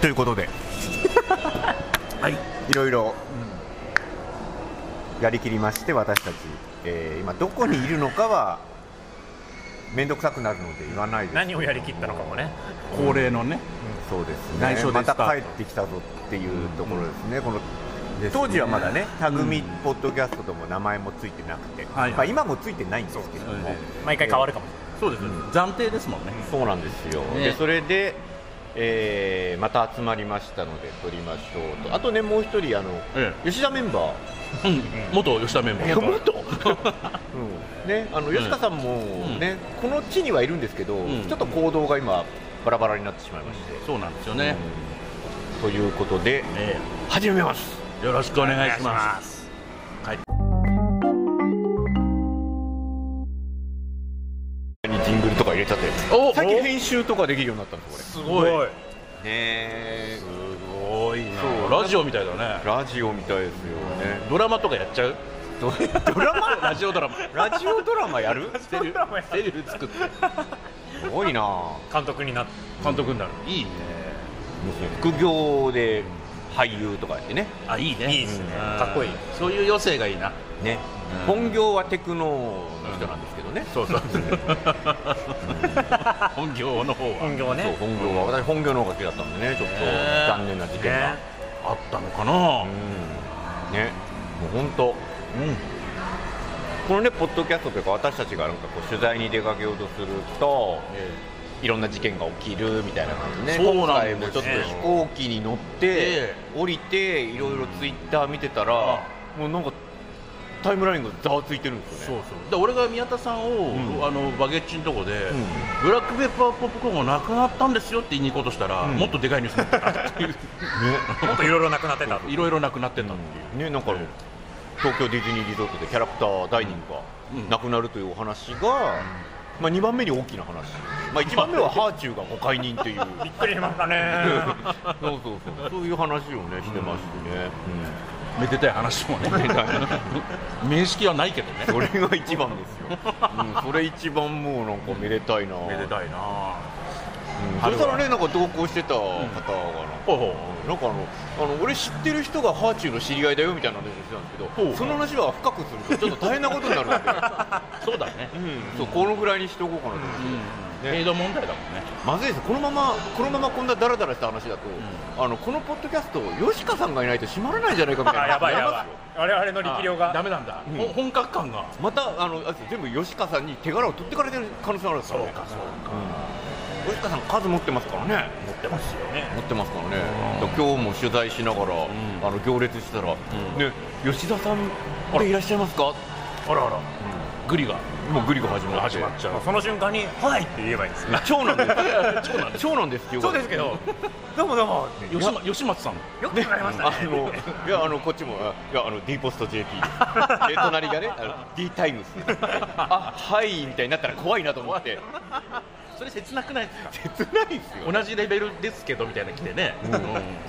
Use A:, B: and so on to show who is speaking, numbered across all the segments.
A: という ことで、
B: はい
A: いろいろやりきりまして、私たち、えー今、どこにいるのかは、面倒くさくなるので言わないです
C: 何をやりきったのかもね
B: 恒例のね
A: そうですね
B: 内緒で
A: ま
B: スタ
A: た
B: ート
A: 帰ってきたぞっていうところですね、この当時はまだね、タグミポッドキャストとも名前もついてなくて、
B: はいはい
A: まあ、今もついてないんですけども、
B: え
C: 毎回変わるかもし
B: えそうです、暫定ですもんね
A: そうなんですよ、
B: ね
A: でそれで、えーまた集まりましたので、撮りましょうと、あとね、もう一人あの、
B: え
A: 吉田メンバー、
B: うん元吉田メンバ
A: いや
B: ー
A: 元ね、あの吉川さんも、ねこの地にはいるんですけど、
B: ん
A: ちょっと行動が今、バラバラになってしまいまして。
B: そうなんですよね、
A: ということで、
B: え
A: 始めます。
B: えよろしくお願いします
C: す
A: にジングルとか入れちゃって
B: お
A: 最近編集とかできるようになったんです
B: すごい
A: これね
B: すごい
A: そう
B: なラジオみたいだね
A: ラジオみたいですよね
B: ドラマとかやっちゃう
A: ドラマ
B: ラジオドラマ
A: ラジオドラマやる
B: セリフセリフ作って
A: すごいな
C: 監督になって
B: 監督になるいいね
A: 副業で俳優とかやってね
B: あいいね
C: いいですね
B: うん
C: かっこいい
B: そういう余生がいいな
A: ね
B: うん
A: 本業はテクノの人なんですけどね、
B: そうそう 本業の方は
C: 本業
A: そう
C: ね
A: 本業は私本業の方が好きだったんでねちょっと
B: ね
A: 残念な事件が、
C: ね
B: あったのかな
A: うんねもう本当
B: うん
A: このねポッドキャストというか私たちがなんかこう取材に出かけようとすると、いろんな事件が起きるみたいな感じね
B: そう
A: 今
B: なん
A: 回
B: です
A: も
B: よ
A: ちょっと飛行機に乗って
B: え
A: 降りていろいろツイッター見てたらもうなんかタイムラインがざわついてるんです
B: そう
A: よ
B: そう
A: ね
B: で俺が宮田さんを、
A: ん
B: あのバゲッチのとこで、
A: ん
B: ブラックペッパーポップコーンがなくなったんですよって言いに行こうとしたら、もっとでかいニュースになってた っていう
C: もっといろいろなくなってた
B: いろいろなくなってたってい
A: ね
B: う、
A: なんか東京ディズニーリゾートでキャラクターダイニングが
B: うん
A: なくなるというお話が、まあ、2番目に大きな話、 まあ、1番目はハーチューがご解任と いう
C: びっくりしましたね
A: そうそうそうそういう話をねしてましてね、うん
B: めでたい話もね面識はないけどね
A: それが一番ですよ、うん、それ一番もうなんかめでたいな
B: めでたいな
A: うんそれからねなんか同行してた方がなんか、
B: ほうほ
A: なんかあのあの俺知ってる人がハーチューの知り合いだよみたいな話をしてたんですけ
B: ほ
A: ど
B: う
A: その話は深くするとちょっと大変なことになるんで、
B: うそうだね、
A: うん、そうこのぐらいにしておこうかなと思って、
B: うん
A: ね
B: 程度問題だもんね
A: まずいですこのままこのままこんなダラダラした話だと、あのこのポッドキャスト吉川さんがいないと閉まらないんじゃないかみたい
C: あ
A: な
C: やばいや
A: な
C: ば
A: りますよ
C: い我々の力量
B: あダ
C: が
B: メなんだ、
A: ん
B: ほ本格感が
A: またあのあいつ全部吉川さんに手柄を取ってかれてる可能性あるんですからね
B: そう
A: 吉川さん数持ってますからね
B: 持ってますよね
A: 持ってますからね、だから今日も取材しながら、
B: ん
A: あの行列してたら、
B: ん
A: ね、吉田さんっていらっしゃいますか
B: あらあら、グリが
A: もうグリが始まって
B: 始まっちゃう
C: その瞬間に「はい!」って言えばいいんですよ
A: 長男です長男ですよ
C: そうですけどどうもどうも
B: 吉ま吉松さん
C: よくわかりました
A: あ
C: ね
A: のいやあのこっちもあいやあの D ポスト JP で隣がねあの D タイムスあはいみたいになったら怖いなと思って
B: それ切なくないですか
A: 切ないですよ
B: 同じレベルですけどみたいなの来てね、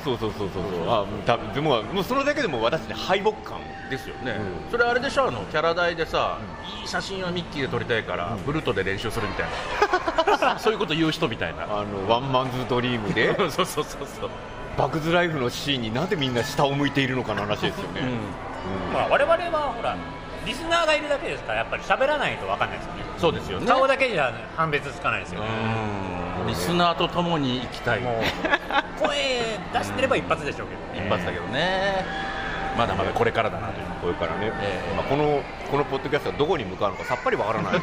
A: そうそうそうそうそうあもう多分でももうそれだけでも私ね敗北感
B: ですよね、
A: う
B: それあれでしょあのキャラ代でさ、いい写真はミッキーで撮りたいから、ブルートで練習するみたいなそういうこと言う人みたいな
A: あのワンマンズドリーム で
B: そうそうそうそう、
A: バグズライフのシーンになぜみんな下を向いているのかの話ですよね、うん
C: まあ我々はほらリスナーがいるだけですからやっぱり喋らないとわかんないですよね
B: そうですよね
C: 顔だけじゃ判別つかないですよね
B: うんリスナーと共に行きたい
C: もう声出してれば一発でしょうけど
B: 一発だけどね、まだまだこれからだなという
A: これからね、
B: ええ
A: まあ、このこのポッドキャストはどこに向かうのかさっぱりわからないなん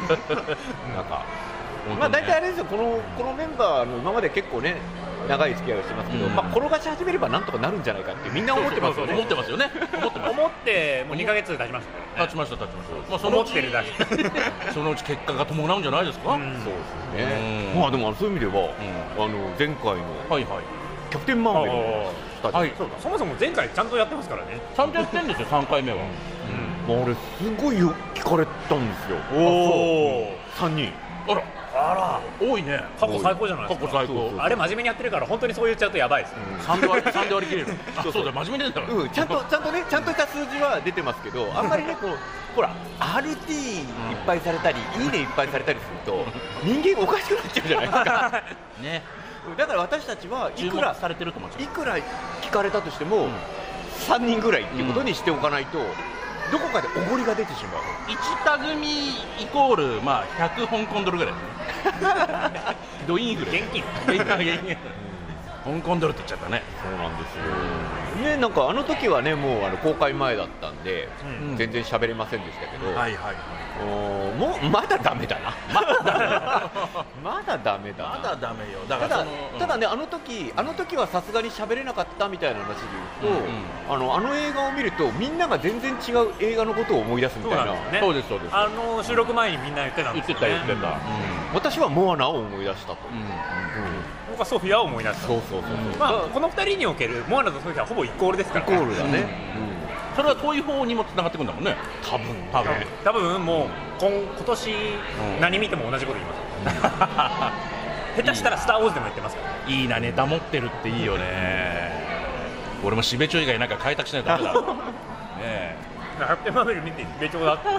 A: か、まあ、大体あれですよこのこのメンバーの今まで結構ね長い付き合いをしてますけど、
B: うん
A: まあ、転がし始めればなんとかなるんじゃないかってみんな思ってますよね
B: 思ってますよね思ってます
C: 思ってもう2ヶ月経ちましたから
B: 立
C: ね
B: ちました立ちました、まあ、
C: 思ってるだけ
B: そのうち結果が伴うんじゃないですか、
C: うん
A: そうですね、
B: うん
A: まあでもそういう意味では、あの前回の
B: はいはい
A: キャプテンマンベルのスタジオ、
B: はい
C: そうだそもそも前回ちゃんとやってますからね
B: ちゃんとやってるんですよ3回目は、
A: まあ、あれすごいよ聞かれたんですよ
B: おお
A: 3人
B: あら
C: あ
B: 多いね
C: ら過去最高じゃない
B: 過
C: です
B: 去
C: か
B: 最
A: そう
B: 高
A: そう
C: あれ真面目にやってるから本当にそう言っちゃうとやばいですね
B: 三で割り三で割り切れる あ
A: そう
B: そうだ真面目でだから
A: うん、ちゃんとちゃんとねちゃんとした数字は出てますけどあんまりねこうほら RT いっ ぱいされたり、いいねいっぱいされたりすると人間おかしくなっちゃうじゃないですか
B: ね
A: だから私たちはい
B: 注
A: く
B: 目
A: ら
B: されてると思うんです
A: い
B: よ
A: くら聞かれたとしても、
B: ん
A: 3人ぐらいっていうことにしておかないと、どこかでおごりが出てしまう
B: 1タ組イコール、まあ、100香港ドルぐらいですねドインフレ
C: 現金
B: 現金香港ドルって言っちゃったね
A: そうなんですよねなんかあの時はねもうあの公開前だったんで、
C: うん
A: 全然喋れませんでしたけど、
B: いはい
A: おーもうまだダメだなまだダメだ まだダメだな
B: まだダメよだか
A: た
B: ら
A: だ
B: その
A: ただね、あの時あの時はさすがに喋れなかったみたいな話で言うと、
B: うんうん
A: あのあの映画を見るとみんなが全然違う映画のことを思い出すみ
B: そう
A: たいな
B: なんです
C: ね
B: ねそうですそうです
C: あの収録前にみんな言ってたん
B: 言っ
C: です
B: て
C: よ、
B: た
C: ね、
B: 言ってた
A: 私はモアナを思い出したと、
B: うん
C: 僕はソフィアを思い出した
A: そうそうそうそう、
B: うん
C: まあこの二人におけるモアナとソフィアはほぼイコールですから、
A: ゴールだね、
B: うんそれは遠い方にも繋がってくるんだもんね
A: 多分
B: 多分
A: ね
C: 多分もう今今年
B: ん
C: 何見ても同じこと言います下手したら「スター・ウォーズ」でも言ってますから
B: いいなネタ持ってるっていいよね俺もしべちょ以外なんか開拓しないとダメだ ねえ
C: ハッピーマーベル見て米朝だって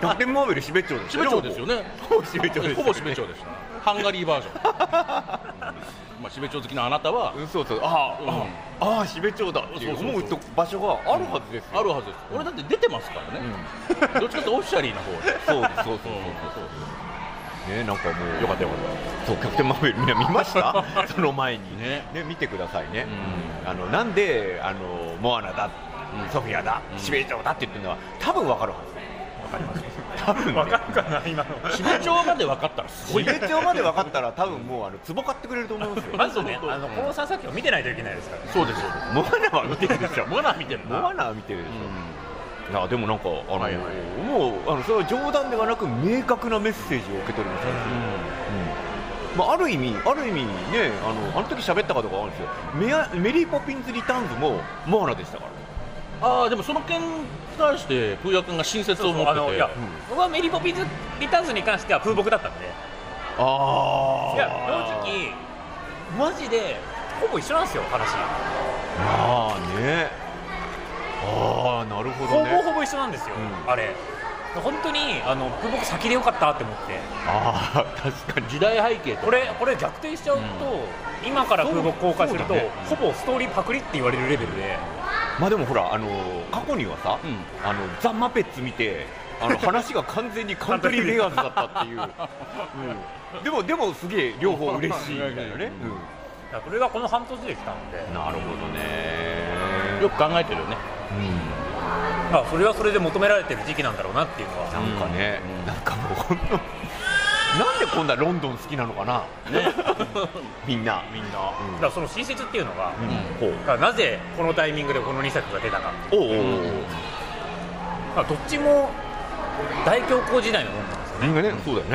A: キャプテンマーベルシベチョウです
B: しべちょですよね
A: ほぼしべちょうです
B: ほぼしべちょうでしたハンガリーバージョンまあしべちょ好きなあなたは
A: うんそうそうあー、
B: うん
A: あーあーシベチョウだっていう
B: そうそう
A: 思
B: そう
A: うと場所があるはずですよ、
B: あるはずです俺だって出てますからねどっちかってオフィシャリーな方で
A: そうですそうそうそうそうねなんかもうよかったよかったそうキャプテンマーベルみんな見ました その前に
B: ね
A: ね見てくださいね、あのなんであのモアナだ、ソフィアだ、
B: うん
A: シベチョウだって言ってるのは多分わかるはず多分ね
C: 分かるかな今の
B: しべちょまで分かったらすご
A: シ
B: いよ
A: ベチョウまで分かったら多分もうあの壺買ってくれると思いますよ
C: まずねあの
B: うん
C: この三作品を見てないといけないですからね
B: そうですそうです
A: モアナは見てるでしょ
B: モナ見てる
A: モア
B: な
A: ナは見てるでしょ、いやでもなんかあの、
B: はいは
A: もうあのそれは冗談ではなく明確なメッセージを受け取りましたね、まあ、ある意味、ある意味ねあのあの時喋ったかとかあるんですよメアメリー・ポピンズ・リターンズもモアナでしたからね
B: ああでもその件に対して風也君が親切を持って
C: あのい
B: て
C: や、
A: ん
C: 僕はメリーポピンズリターンズに関しては風木だったんでい
A: あ
C: や正直マジでほぼ一緒なんですよ話
A: まあねああなるほ
C: ほ
A: ど
C: ぼ
A: ね
C: ほぼ一緒なんですよ、
A: うん
C: あれ本当にあの風木先でよかったって思って
A: ああ確かに
B: 時代背景と
C: これこれ逆転しちゃうと、今から風木公開すると、
A: そうだね
C: ほぼストーリーパクリって言われるレベルで、
A: まあでもほらあの過去にはさ、
B: うん
A: あのザ・マペッツ見てあの話が完全にカントリー・レガーズだったっていう、うんでもでもすげえ両方嬉しいみたいなね、
C: だからそれがこの半年で来たので、
A: なるほどね
B: よく考えてるよね
C: まあ、それはそれで求められてる時期なんだろうなっていうのは、
A: なんかね、
B: うん
A: なんかもうほんとなんでこんなロンドン好きなのかな、みんなみんな、
C: だからその新設っていうのが、
A: うんほ
B: ん
A: う
C: だからなぜこのタイミングでこの2作が出たか、
A: おうおうおう、
C: まあ、どっちも大恐慌時代のものなんですよ
A: なんかねそうだよね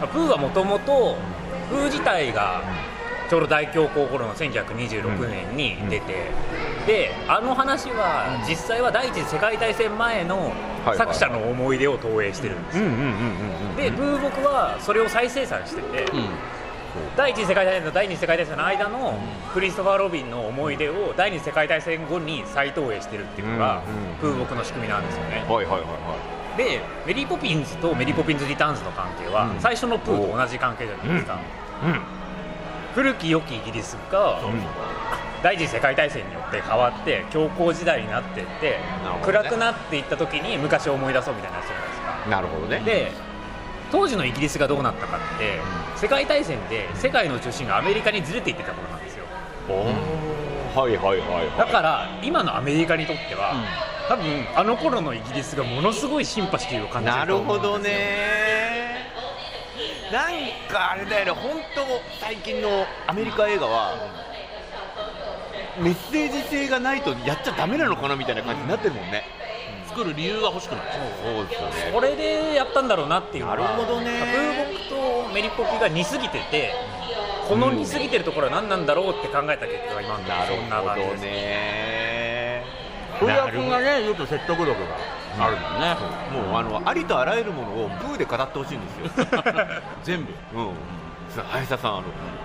C: だからプーはもともと、プー自体がちょうど大恐慌頃の1926年に出て、であの話は実際は第一次世界大戦前の
A: はい
C: 作者の思い出を投影してるんです
A: うん
C: よ、
A: うんうんうんうん
C: でプー僕はそれを再生産してて、
B: うん
C: 第一次世界大戦と第二次世界大戦の間のクリストファー・ロビンの思い出を第二次世界大戦後に再投影してるっていうのが
A: うんうん
C: 風木の仕組みなんですよね
A: はいはいはいは
C: でメリー・ポピンズとメリー・ポピンズ・リターンズの関係は
A: うん
C: 最初のプーと同じ関係じゃないですか
A: いうん
C: 古き良きイギリスが
A: うん
C: 第一次世界大戦によって変わって強硬時代になってって
A: なるほどね
C: 暗くなっていった時に昔を思い出そうみたいな話じゃないですか
A: なるほどね
C: で当時のイギリスがどうなったかって世界大戦で世界の中心がアメリカにずれていってたことなんですよ
A: はいはいはい
C: だ
A: はい
C: から今のアメリカにとっては、多分あの頃のイギリスがものすごいシンパシーを感じて
A: な
C: る
A: る
C: と思
A: ほ
C: う
A: ど
C: んですよ
A: ねなんかあれだよね本当最近のアメリカ映画はメッセージ性がないとやっちゃダメなのかなみたいな感じになってるもんね
B: 作る理由が欲しくなっちゃう
A: そうですよ
C: これでやったんだろうなっていうのが
A: なるほどね
C: 風木とメリポキが似すぎててこの似すぎてるところは何なんだろうって考えた結果が今の
A: なる
C: そんな感
A: ほ
C: じ
A: ど
C: です
A: ね
B: 古谷君がね言うと説得力があるんだね、
A: もうあのありとあらゆるものをブーで語ってほしいんですよ
B: 全部
A: うんさあ林 田さんあの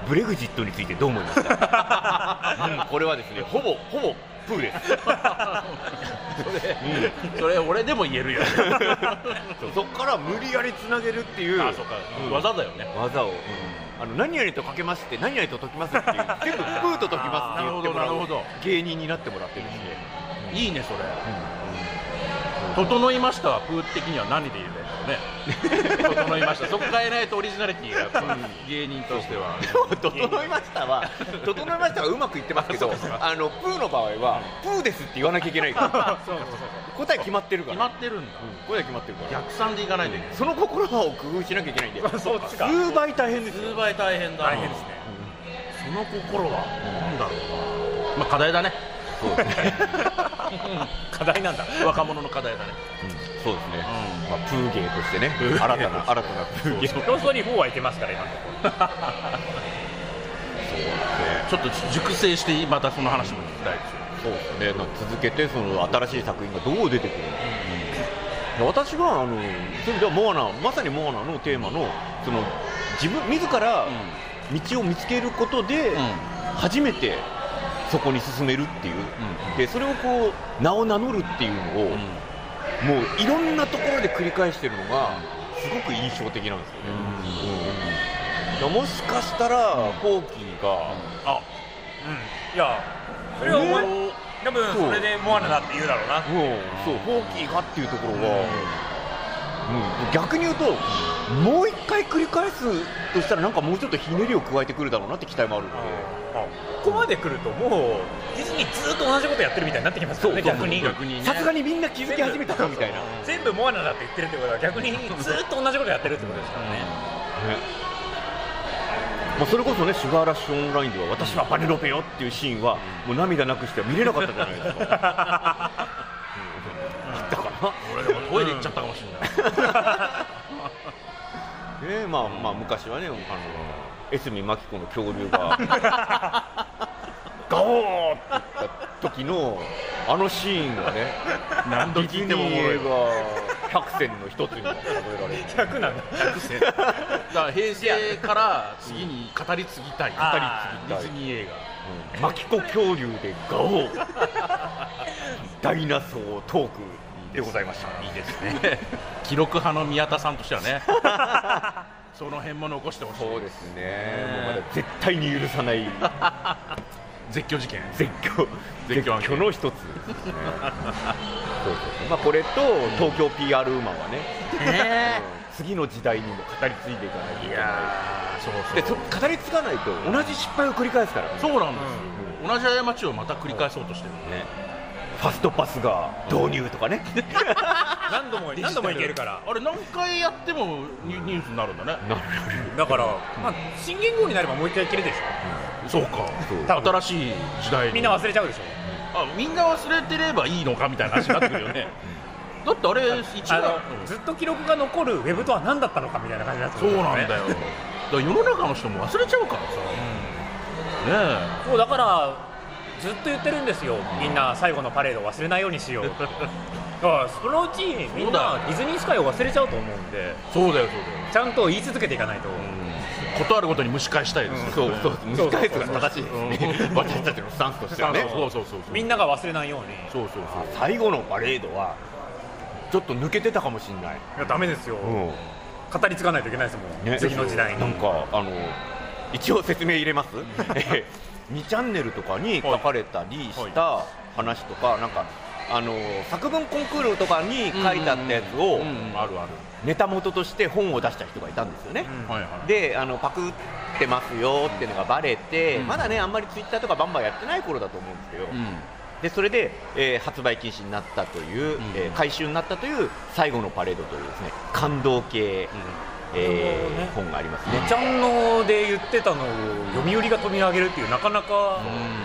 A: ブレグジットについてどう思いますかうんこれはですねほぼほぼプーです
B: それそれ俺でも言え るよ
A: そこから無理やりつなげるっていう
B: あそっか、
A: うん
B: 技だよね
A: 技を、あの何々とかけまして何々と解きますって いう全部プーと解きますって言ってもら
B: なるほ
A: う
B: どなるほ
A: 芸人になってもらってるし、
B: いいねそれ、整いましたはプー的には何で言えばいいんだろうね整いましたそこ変えないとオリジナリティが芸人として は
A: 整いましたは整いましたはうまくいってます けどあのプーの場合はプーですって言わなきゃいけない から
C: そうそう
A: 答え決まってるか
B: 決
A: ら、
B: ま
A: うん
B: ってるんだ、
A: 答え決まってるから
B: 逆算でいかないといけない
A: その心を工夫しなきゃいけないんで
C: そうそうっちか
A: 数倍大変ですよ
B: 数倍大変だな
C: 大変ですね
B: その心は何だろうなまあ課題だね
A: そうですね、
C: 課題なんだ
B: 若者の課題だね
A: うんそうですね、まあ、プー芸としてね新たな新たなプー芸を
C: ローストリー4はいけますから今の
B: ちょっと熟成してまたその話も聞きたいですよ
A: そうですね、まあ続けてその新しい作品がどう出てくるのか、私はあのそういう意味ではモアナまさにモアナのテーマのその自分自ら道を見つけることで、初めてそこに進めるっていう、
B: う
A: でそれをこう名を名乗るっていうのを、
B: うん
A: もういろんなところで繰り返してるのがすごく印象的なんですよね、うんもしかしたら、ホーキーが、
B: あ
C: うんいやそれは思い
A: ね
C: 多分それでモアナだって言うだろうな
A: もうそうホーキーがっていうところは、もう逆に言うともう一回繰り返すとしたらなんかもうちょっとひねりを加えてくるだろうなって期待もあるので、
C: ここまで来るともうディズニーずっと同じことやってるみたいになってきますからね逆に
B: 逆にね
A: さすがにみんな気づき始めたか みたいな、
C: 全部モアナだって言ってるってことは逆にずっと同じことやってるってことですからね
A: ねまあ、それこそねシュガーラッシュオンラインでは私はバレロペよっていうシーンはもう涙なくしては見れなかったじゃないですかうんだから
B: 俺でもトイレ行っちゃったかもしれない
A: ねまあまあ昔はね、あの江角真紀子の恐竜がガオーって言った時のあのシーンがね、
B: 何度
A: ディズ
B: 聞い
A: ニ
B: てもおもろい
A: ー
B: わ
A: 映画百選の一つに数えられる。
C: 逆なんだ
B: だから平成から次に語り継ぎたい、
C: あ
A: ー
B: ディズニー映
A: うん真紀子恐竜でガオー、ダイナソートークでございました。いいですね。
B: 画 記録派の宮田さんとしてはねその辺も残してほしい
A: そうですね。もうまだ絶対に許さない
B: 絶叫事件
A: 絶叫
B: 絶叫案件
A: の一つですねそうそうそうまあこれと東京 PR ウーマンはね、うん次の時代にも語り継いでいかないといけな
B: そう
A: いで
B: そ
A: そう語り継がないと同じ失敗を繰り返すからね
B: そうなんですよ、同じ過ちをまた繰り返そうとしてる
A: ねファストパスが導入とかね
C: 何度も何度もいけるから
B: あれ何回やってもニュニュースになるんだね
C: だから、まあ、新元号になればもう一回いけるでし
B: そうか
A: そう
C: 多
B: 新
C: 分
B: しい時代
C: ょ
B: に
C: みんな忘れちゃうでしょ
B: あみんな忘れてればいいのかみたいな話になってくるよねだってあれ一
C: あ
B: 番
C: のずっと記録が残るウェブとは何だったのかみたいな感じになってく
B: そ
C: る
B: う
C: から
B: なん
C: ね
B: だよだから世の中の人も忘れちゃうからさ、ね
C: そうだからずっと言ってるんですよみんな最後のパレードを忘れないようにしようだからそのうちみんなディズニースカイを忘れちゃうと思うんで
B: えそうだよそうだよ
C: ちゃんと言い続けていかないと、
B: 断るごとに蒸し返したいです
A: そうそう蒸し返す
C: そうそう
A: が正し
C: そう
A: いですね私たちのスタンスとしてはね
B: そうそうそうそう
C: みんなが忘れないように
B: そうそう
A: あ最後のパレードはちょっと抜けてたかもしれない、
C: いやダメですよ、語り継がないといけないですもん、
A: ね
C: 次の時代に
A: なんかあの一応説明入れますええ2チャンネルとかに書かれたりした話とかなんかあの作文コンクールとかに書いてあったやつ
B: そう
A: を
B: うんうんあるある
A: ネタ元として本を出した人がいたんですよね、
C: うん
B: はいはい
A: であのパクってますよっていうのがバレて、まだねあんまりツイッターとかバンバンやってない頃だと思うんですけど、でそれで、えー発売禁止になったという、
B: ん
A: えー回収になったという最後のパレードというですね感動系、えー
C: なるほど
A: 本がありますね
C: めちゃんので言ってたのを読売が飛び上げるっていうなかなか、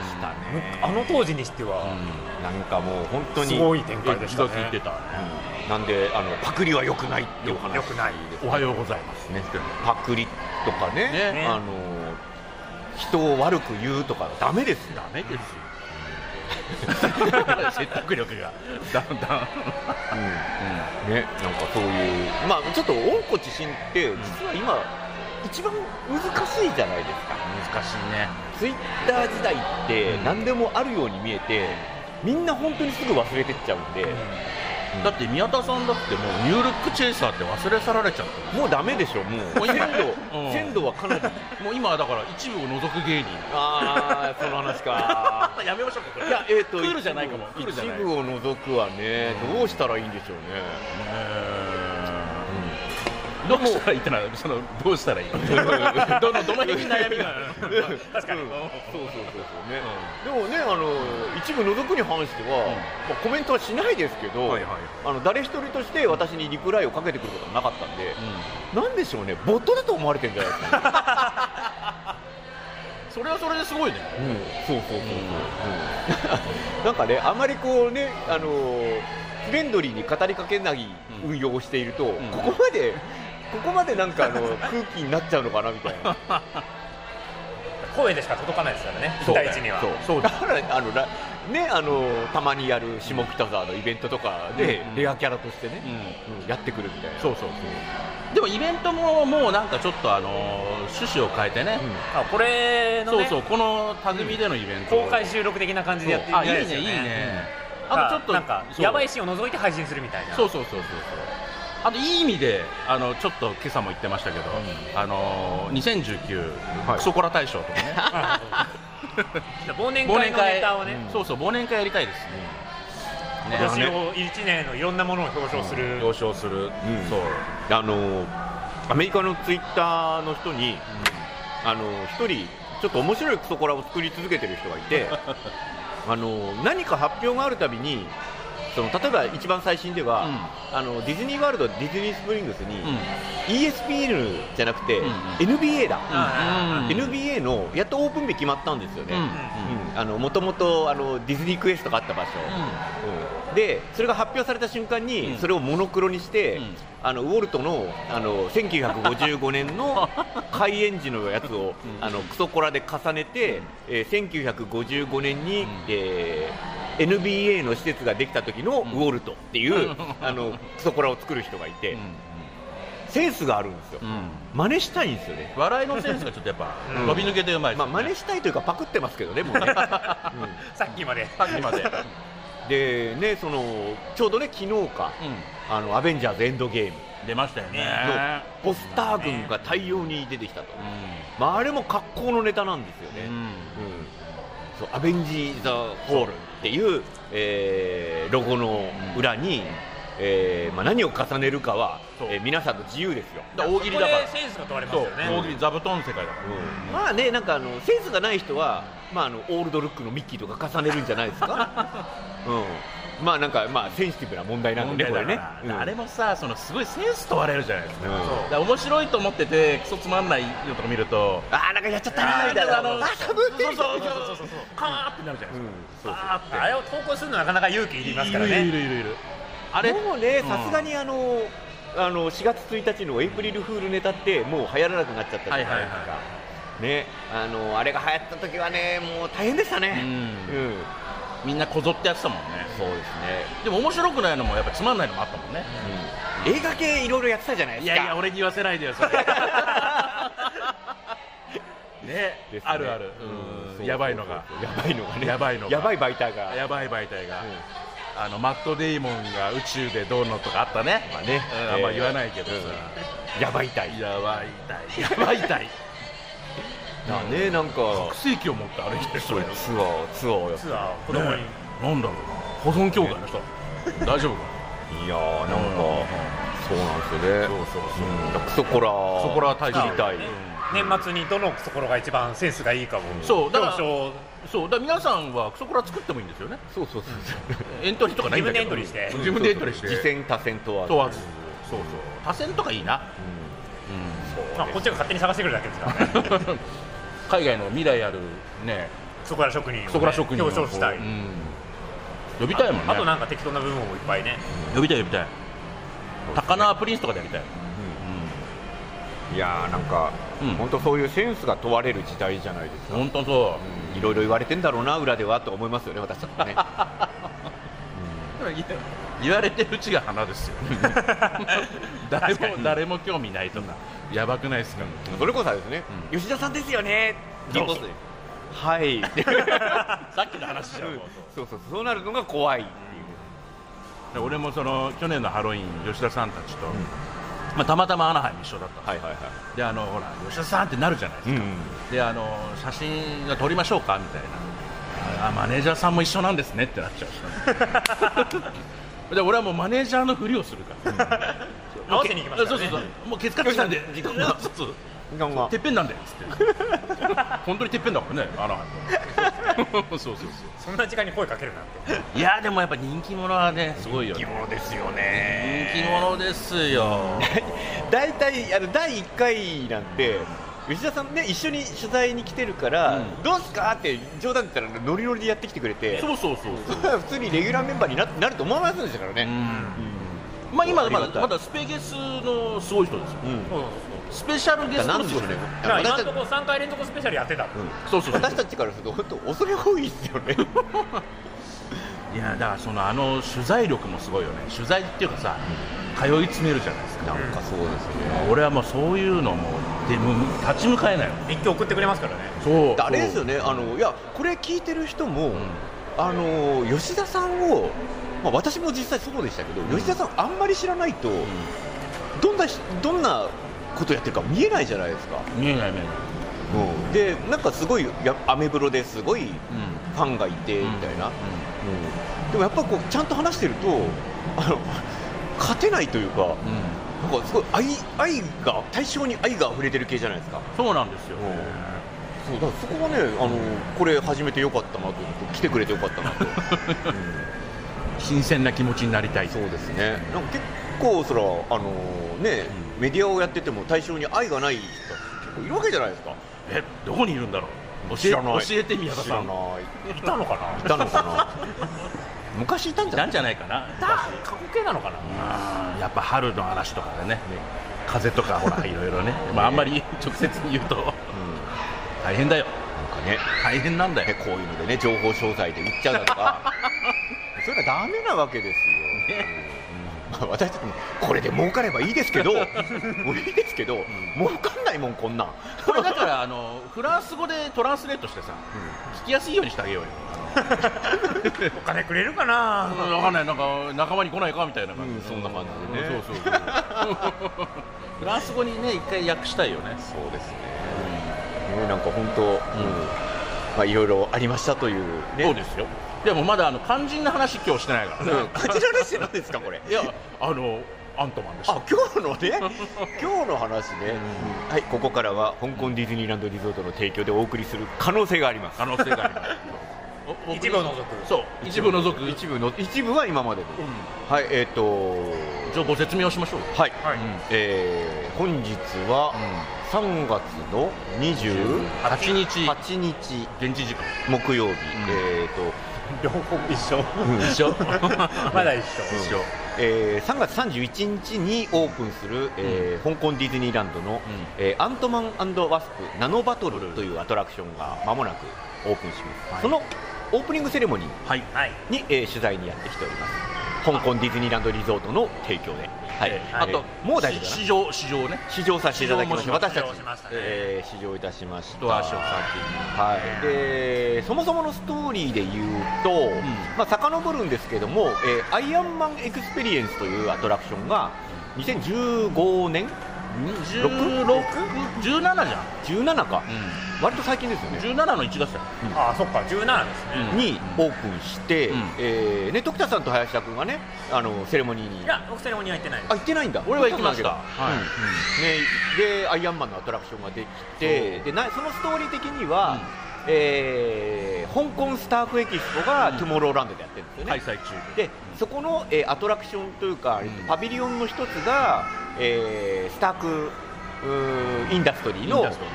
A: したね
C: あの当時にしては、
A: なんかもう本当に
C: すごい展開でし
B: 一
C: た
B: 度
C: ね
B: 聞いてた
A: うんなんであのパクリは良くないっていう話
C: よくない
B: おはようございます
A: ねパクリとかね
B: ね
A: あの人を悪く言うとかダメですよ
B: ダメです よ説得力がだんだん
A: ねなんかそういうまあちょっと温故知新って実は今、一番難しいじゃないですか
B: 難しいね
A: ツイッター時代って何でもあるように見えて、みんな本当にすぐ忘れてっちゃうんで、
B: だって宮田さんだってもうニュールックチェイサーって忘れ去られちゃっ
A: もうダメでしょもう
B: もう
A: 鮮
B: 今
A: 度、
B: うん
A: 鮮度はかなり
B: たもう今はだから一部を除く芸人
A: ああその話か
B: あやめましょうかこれ
A: いやえっ、と
B: クールじゃないかもクールじゃ
A: 一
B: ない
A: 部を除くはねどうしたらいいんでしょうね、
B: どうしたらいいってのはそのどうしたらいい どのどの辺に悩みがある 確
A: う
B: かに、
A: んそうそうそうそうね、でもねあの一部除くに反しては、まあ、コメントはしないですけど、
B: はいはいはい
A: あの誰一人として私にリプライをかけてくることはなかったんで、なんでしょうねボットだと思われてんじゃないですか、ね
B: それはそれですごいね
A: うん、そうそうそうそう、うんなんかねあまりこうねあのフレンドリーに語りかけない運用をしていると、
B: ん
A: ここまでここまでなんかあの空気になっちゃうのかなみたいな
C: 声でしか届かないですからね
B: そ
C: 1
B: うだ
C: 対
B: よ
C: 1には
A: そう
B: そう
A: だ
B: だ
A: からあのらねあのたまにやる下北沢のイベントとかで、
B: うん
A: レアキャラとしてね、
B: うん
A: うんやってくるみたいな
B: そうそうそうでもイベントももうなんかちょっとあのー趣旨を変えてね、
A: うん
C: あこれの、
B: そう
C: ね、
B: そうこのタ組でのイベントを
C: 公開収録的な感じでやってみ
B: あ
C: た
B: いいね
C: です
B: い
C: よ
B: い
C: ね
B: ね、
C: あ
B: あとちょっと
C: なんか
B: そう
C: やばいシーンを除いて配信するみたいな
B: そうそうそうそうそうあといい意味であのちょっと今朝も言ってましたけど、あのー2019、
A: はい
B: クソコラ大賞とかね
C: 忘年会のネタをね
A: うん
B: そうそう忘年会やりたいですね
C: 今年を1年のいろんなものを表彰する、
B: 表彰する、
A: ん
B: そう
A: あのアメリカのツイッターの人に、あの一人ちょっと面白いクソコラを作り続けてる人がい てあの何か発表があるたびにその例えば一番最新では、あのディズニーワールドディズニースプリングスに、
B: うん
A: ESPN じゃなくて、
B: うんうん
A: NBA だ、
C: あ
B: うん
A: NBA のやっとオープン日決まったんですよね、
B: うんうん
A: うんあのもともとあのディズニークエストがあった場所、うんでそれが発表された瞬間に、
B: うん
A: それをモノクロにして、
B: うん
A: あのウォルトのあの1955年 の開園時のやつを、
B: うん
A: あのクソコラで重ねて、えー1955年に、
B: ん
A: えー NBA の施設ができた時のウ
B: ん
A: ォルトっていう、
B: うん
A: あのクソコラを作る人がいて、センスがあるんですよ、
B: うんうん
A: 真似したいんですよね、
B: 笑いのセンスがちょっとやっぱ
C: うん
B: 飛び抜けてうまいです
A: ま
B: よ
A: あ
B: ね
A: 真似したいというかパクってますけどねも うね、うん
C: さっきまで
B: さっきまで、うん
A: でねそのちょうどね昨日か「あのアベンジャーズエンドゲーム
B: 出ましたよね
A: の」ポスター群が大量に出てきたと、まあ、あれも格好のネタなんですよね、
B: う
A: うんんそうアベンジー・ザ・ホールっていう、えーロゴの裏に、えーまあ、何を重ねるかは
B: そう、
A: えー皆さんの自由ですよ、
B: だから大喜利だから
C: ここでセンスが問われます
B: そう
C: よね
B: 大喜利座布団世界だから
A: うんまあねなんかあのセンスがない人は、まあ、あのオールドルックのミッキーとか重ねるんじゃないです か、うん、まあなんか、まあ、センシティブな問題なん
B: 問
A: でね
B: 題
A: こ
B: だ
A: れ
B: か
A: ね
B: ら、
A: うん
B: あれもさそのすごいセンス問われるじゃないですか,、
A: うん
B: そうだから面白いと思っててクソつまんないのとか見ると
A: あーなんかやっちゃったなーみたいな
B: あの
A: あ寒い
B: そうそうそうそうそうカーってなるじゃないですか、
A: そう
C: あーってあれを投稿するのなかなか勇気いりますから
B: いるい
C: ね
B: るいるいるあ
A: で
B: れ
A: もね
B: うん
A: さすがにあのあの4月1日のエイプリルフールネタってもう流行らなくなっちゃったじゃないですか、
B: はいはいは
A: ねあのあれが流行った時はねもう大変でしたね
B: う
A: う
B: ん
A: ん、
B: みんなこぞってやってたもんね
A: そうです
B: でも面白くないのもやっぱつまんないのもあったもんね、
A: ね、映画系いろいろやってたじゃないで
B: い
A: すか
B: やいや俺に言わせないでよそ れね
A: ですね
B: あるある、
A: うん
B: うんやばいのが
A: そうそうそうやばいのがね
B: やばいのが
A: やばい媒体が
B: やばい媒体が、
A: うん
B: あのマット・デイモンが宇宙でどうのとかあったね,、
A: まあね
B: うんあんま言わないけどさ、
A: うんやばい体
B: やばい体やばい 体
A: だねなんか
B: 拡声器を持って歩いてる人
A: そう
B: が
A: よ
B: いる
A: ツアーツアーやって
C: ツアーを子供に、
B: ねなんだろう保存協会の人大丈夫か
A: いやーなんか、そうなんですよね
B: そうそうそう
A: うんクソコラ
B: クソコラ大賞
A: 作りたい、
B: うん
C: 年末にどのところが一番センスがいいかを
B: そうだから
C: 表彰
B: そうだから皆さんはクソコラ作ってもいいんですよね
A: そうそうそう
B: エントリーとかないんだけど
C: 自分でエントリーして
B: 自分でエントリーして
A: 次戦多戦問わず
B: 問わずそうそう多選とかいいな、
C: まあこっちが勝手に探してくるだけですか らね
B: 海外の未来あるね
C: そこら職人をね、
B: クソコラ職人を
C: 表彰したい、
B: うん呼びたいもんね
C: あとなんか適当な部分をいっぱいね
B: 呼びたい呼びたい高輪プリンスとかでやりたい
A: いやーなんか、
B: うん
A: 本当そういうセンスが問われる時代じゃないですか、
B: 本当そう
A: いろいろ言われてんだろうな裏ではと思いますよね私だってね
B: 言われてるうちが花 ですよ誰も誰も興味ないとかやばくないですか
A: それこそあれですね、吉田さんですよねって言いますよはいっていう
B: さっきの話じゃんもう
A: そうそうそうそうなるのが怖いっていう
B: で俺もその去年のハロウィン吉田さんたちと、まあ、たまたまアナハイム一緒だったんですよ
A: はいはいはい
B: であのほら吉田さんってなるじゃないですか、であの写真が撮りましょうかみたいなあマネージャーさんも一緒なんですねってなっちゃう で俺はもうマネージャーのふりをするから、
C: 合わせに行きました
B: そ
C: か
B: う
C: ら
B: そう
C: ね
B: そうもうケツカッチなんでそうそう
A: 時間が
B: てっぺんなんでっつって 本当にてっぺんだからねアナハイム そうそうそう
C: そんな時間に声かけるなんて
B: いやでもやっぱ人気者はねすごいよね人気者ですよね人気者ですよ
A: 大体あの第1回なんで吉田さんね一緒に取材に来てるから、
B: うん
A: どうすかって冗談言ったらノリノリでやってきてくれて
B: そうそうそうそ う
A: 普通にレギュラーメンバーにななると思わなかったんですからね、
B: まあ今ま
A: ありがた
B: だ
A: い
B: まだスペゲスのすごい人ですよ
A: うん
C: そうそう
B: スペシャルゲスト
A: な
B: の
A: ん
B: す
A: でし
B: ご
A: ょね
B: いう人ですよ
C: だから今
A: 私
C: のと
A: た
C: ころ3回連続スペシャルやってたもん
B: そうそうそう
A: 私たちからすると本当恐れ多いですよ ね
B: いやだからそのあの取材力もすごいよね取材っていうかさ通い詰めるじゃないですか
A: なんかそうですね
B: 俺はもうそういうのもうでもう立ち向かえないの
C: 日記送ってくれますからね
B: そう
A: あれですよねあのいやこれ聞いてる人も、
B: ん
A: あの吉田さんを、まあ、私も実際そうでしたけど、吉田さんあんまり知らないと、どんなしどんなことやってるか見えないじゃないですか、
B: 見えない見えな
A: で
B: い
A: なんかすごいやアメブロですごいフ
B: うん
A: ァンがいてみたいな、
B: うん
A: でもやっぱこうちゃんと話してるとあの勝てないというか
B: うん
A: なんかすごい愛愛が対象に愛が溢れてる系じゃないですか
B: そうなんですよ
A: そうだからそこはねあのこれ始めてよかったなと思って来てくれてよかったなと
B: 新鮮な気持ちになりたい
A: そうですねなんか結構そらあのねメディアをやってても対象に愛がない人結構いるわけじゃないですか
B: えどこにいるんだろう
A: 知らない
B: 教えて宮田
A: 知
B: さ
A: ら
B: ん
A: ない
C: いたのかない
A: たのかな昔いたんじゃ
B: な
A: ない
B: んじゃないかな
C: た過去形なのかな
B: うんやっぱ春の嵐とかでね風とかほらいろいろね、まあ、あんまり直接に言うと
A: うん
B: 大変だよ
A: なんかね
B: 大変なんだ
A: ね
B: よ、
A: こういうのでね情報商材で売っちゃうだとか そういうのはダメなわけですよ、
B: ね
A: まあ、私たちもこれで儲かればいいです けどもういいですけど、儲かんないもんこんなん
B: これだからあのフランス語でトランスレートしてさ、聞きやすいようにしてあげようよ
C: お金くれるかな
B: 分かんないなんか仲間に来ないかみたいな感じで、
A: うんそんな感じでね
B: うんそうそうそう フランス語にね一回訳したいよね
A: そうですねねなんか本当、うんまあ、いろいろありましたというね
B: そうですよでもまだあの肝心な話今日してないからね、
A: うんこちらの話なんですかこれ
B: いやあのアントマンでした
A: あ今日のね、 今日の話ね、はい、ここからは香港ディズニーランドリゾートの提供でお送りする可能性があります。
B: 可能性 がありますお僕
C: 一部を除く
B: そう一部除く
A: 一部の一部は今までで、
B: う
A: はい、えっ、と
B: じゃあご説明をしましょう
A: はい、
C: はい
A: えー本日は3月の
B: 8日
A: 28日
B: 現地時間
A: 木曜日、えっ、と、
C: 両方一緒
B: 一 緒
C: まだ一
A: うん
C: 緒
B: 一緒
A: えー3月31日にオープンする、えー香港ディズニーランドの、えーアントマンワスプナノバトルというアトラクションがまもなくオープンします、
B: はい
A: そのオープニングセレモニー
B: はい
C: はい
A: に、えー取材にやってきております香港ディズニーランドリゾートの提供で、はい
B: えー
A: あ
B: あ
A: と
B: と
A: もう大丈夫か
B: 市
A: な
B: 場市場ね
A: 試乗させていただきました
B: 試乗もしま
A: 私
B: した
A: たち
C: 試乗しましたね
A: えー試乗いたしました
B: 一足を先
A: はい、でそもそものストーリーで言うと、
B: ん
A: まあ遡るんですけども、えーアイアンマンエクスペリエンスというアトラクションが2015年
B: に1617じゃん、
A: 17か、割と最近ですよね、
B: 17の1月だよ
C: あそっか17ですね
B: うん
A: にオープンして、
B: うん
A: えーね、時田さんと林田君がねあのセレモニー
C: い
A: にあ
C: や僕セレモニーは行ってないです
A: 行ってないんだ
B: 俺は行きました
A: 時田さんだけど
B: はい
A: うんね、でアイアンマンのアトラクションができてでなそのストーリー的には、
B: うん
A: えー香港スターフエキスポが
B: うん
A: トゥモローランドでやってるんですよね、
B: 開催中
A: でそこの、えーアトラクションというか、えっと
B: うん
A: パビリオンの一つが、えースタークうーインダストリーの
B: インダストリ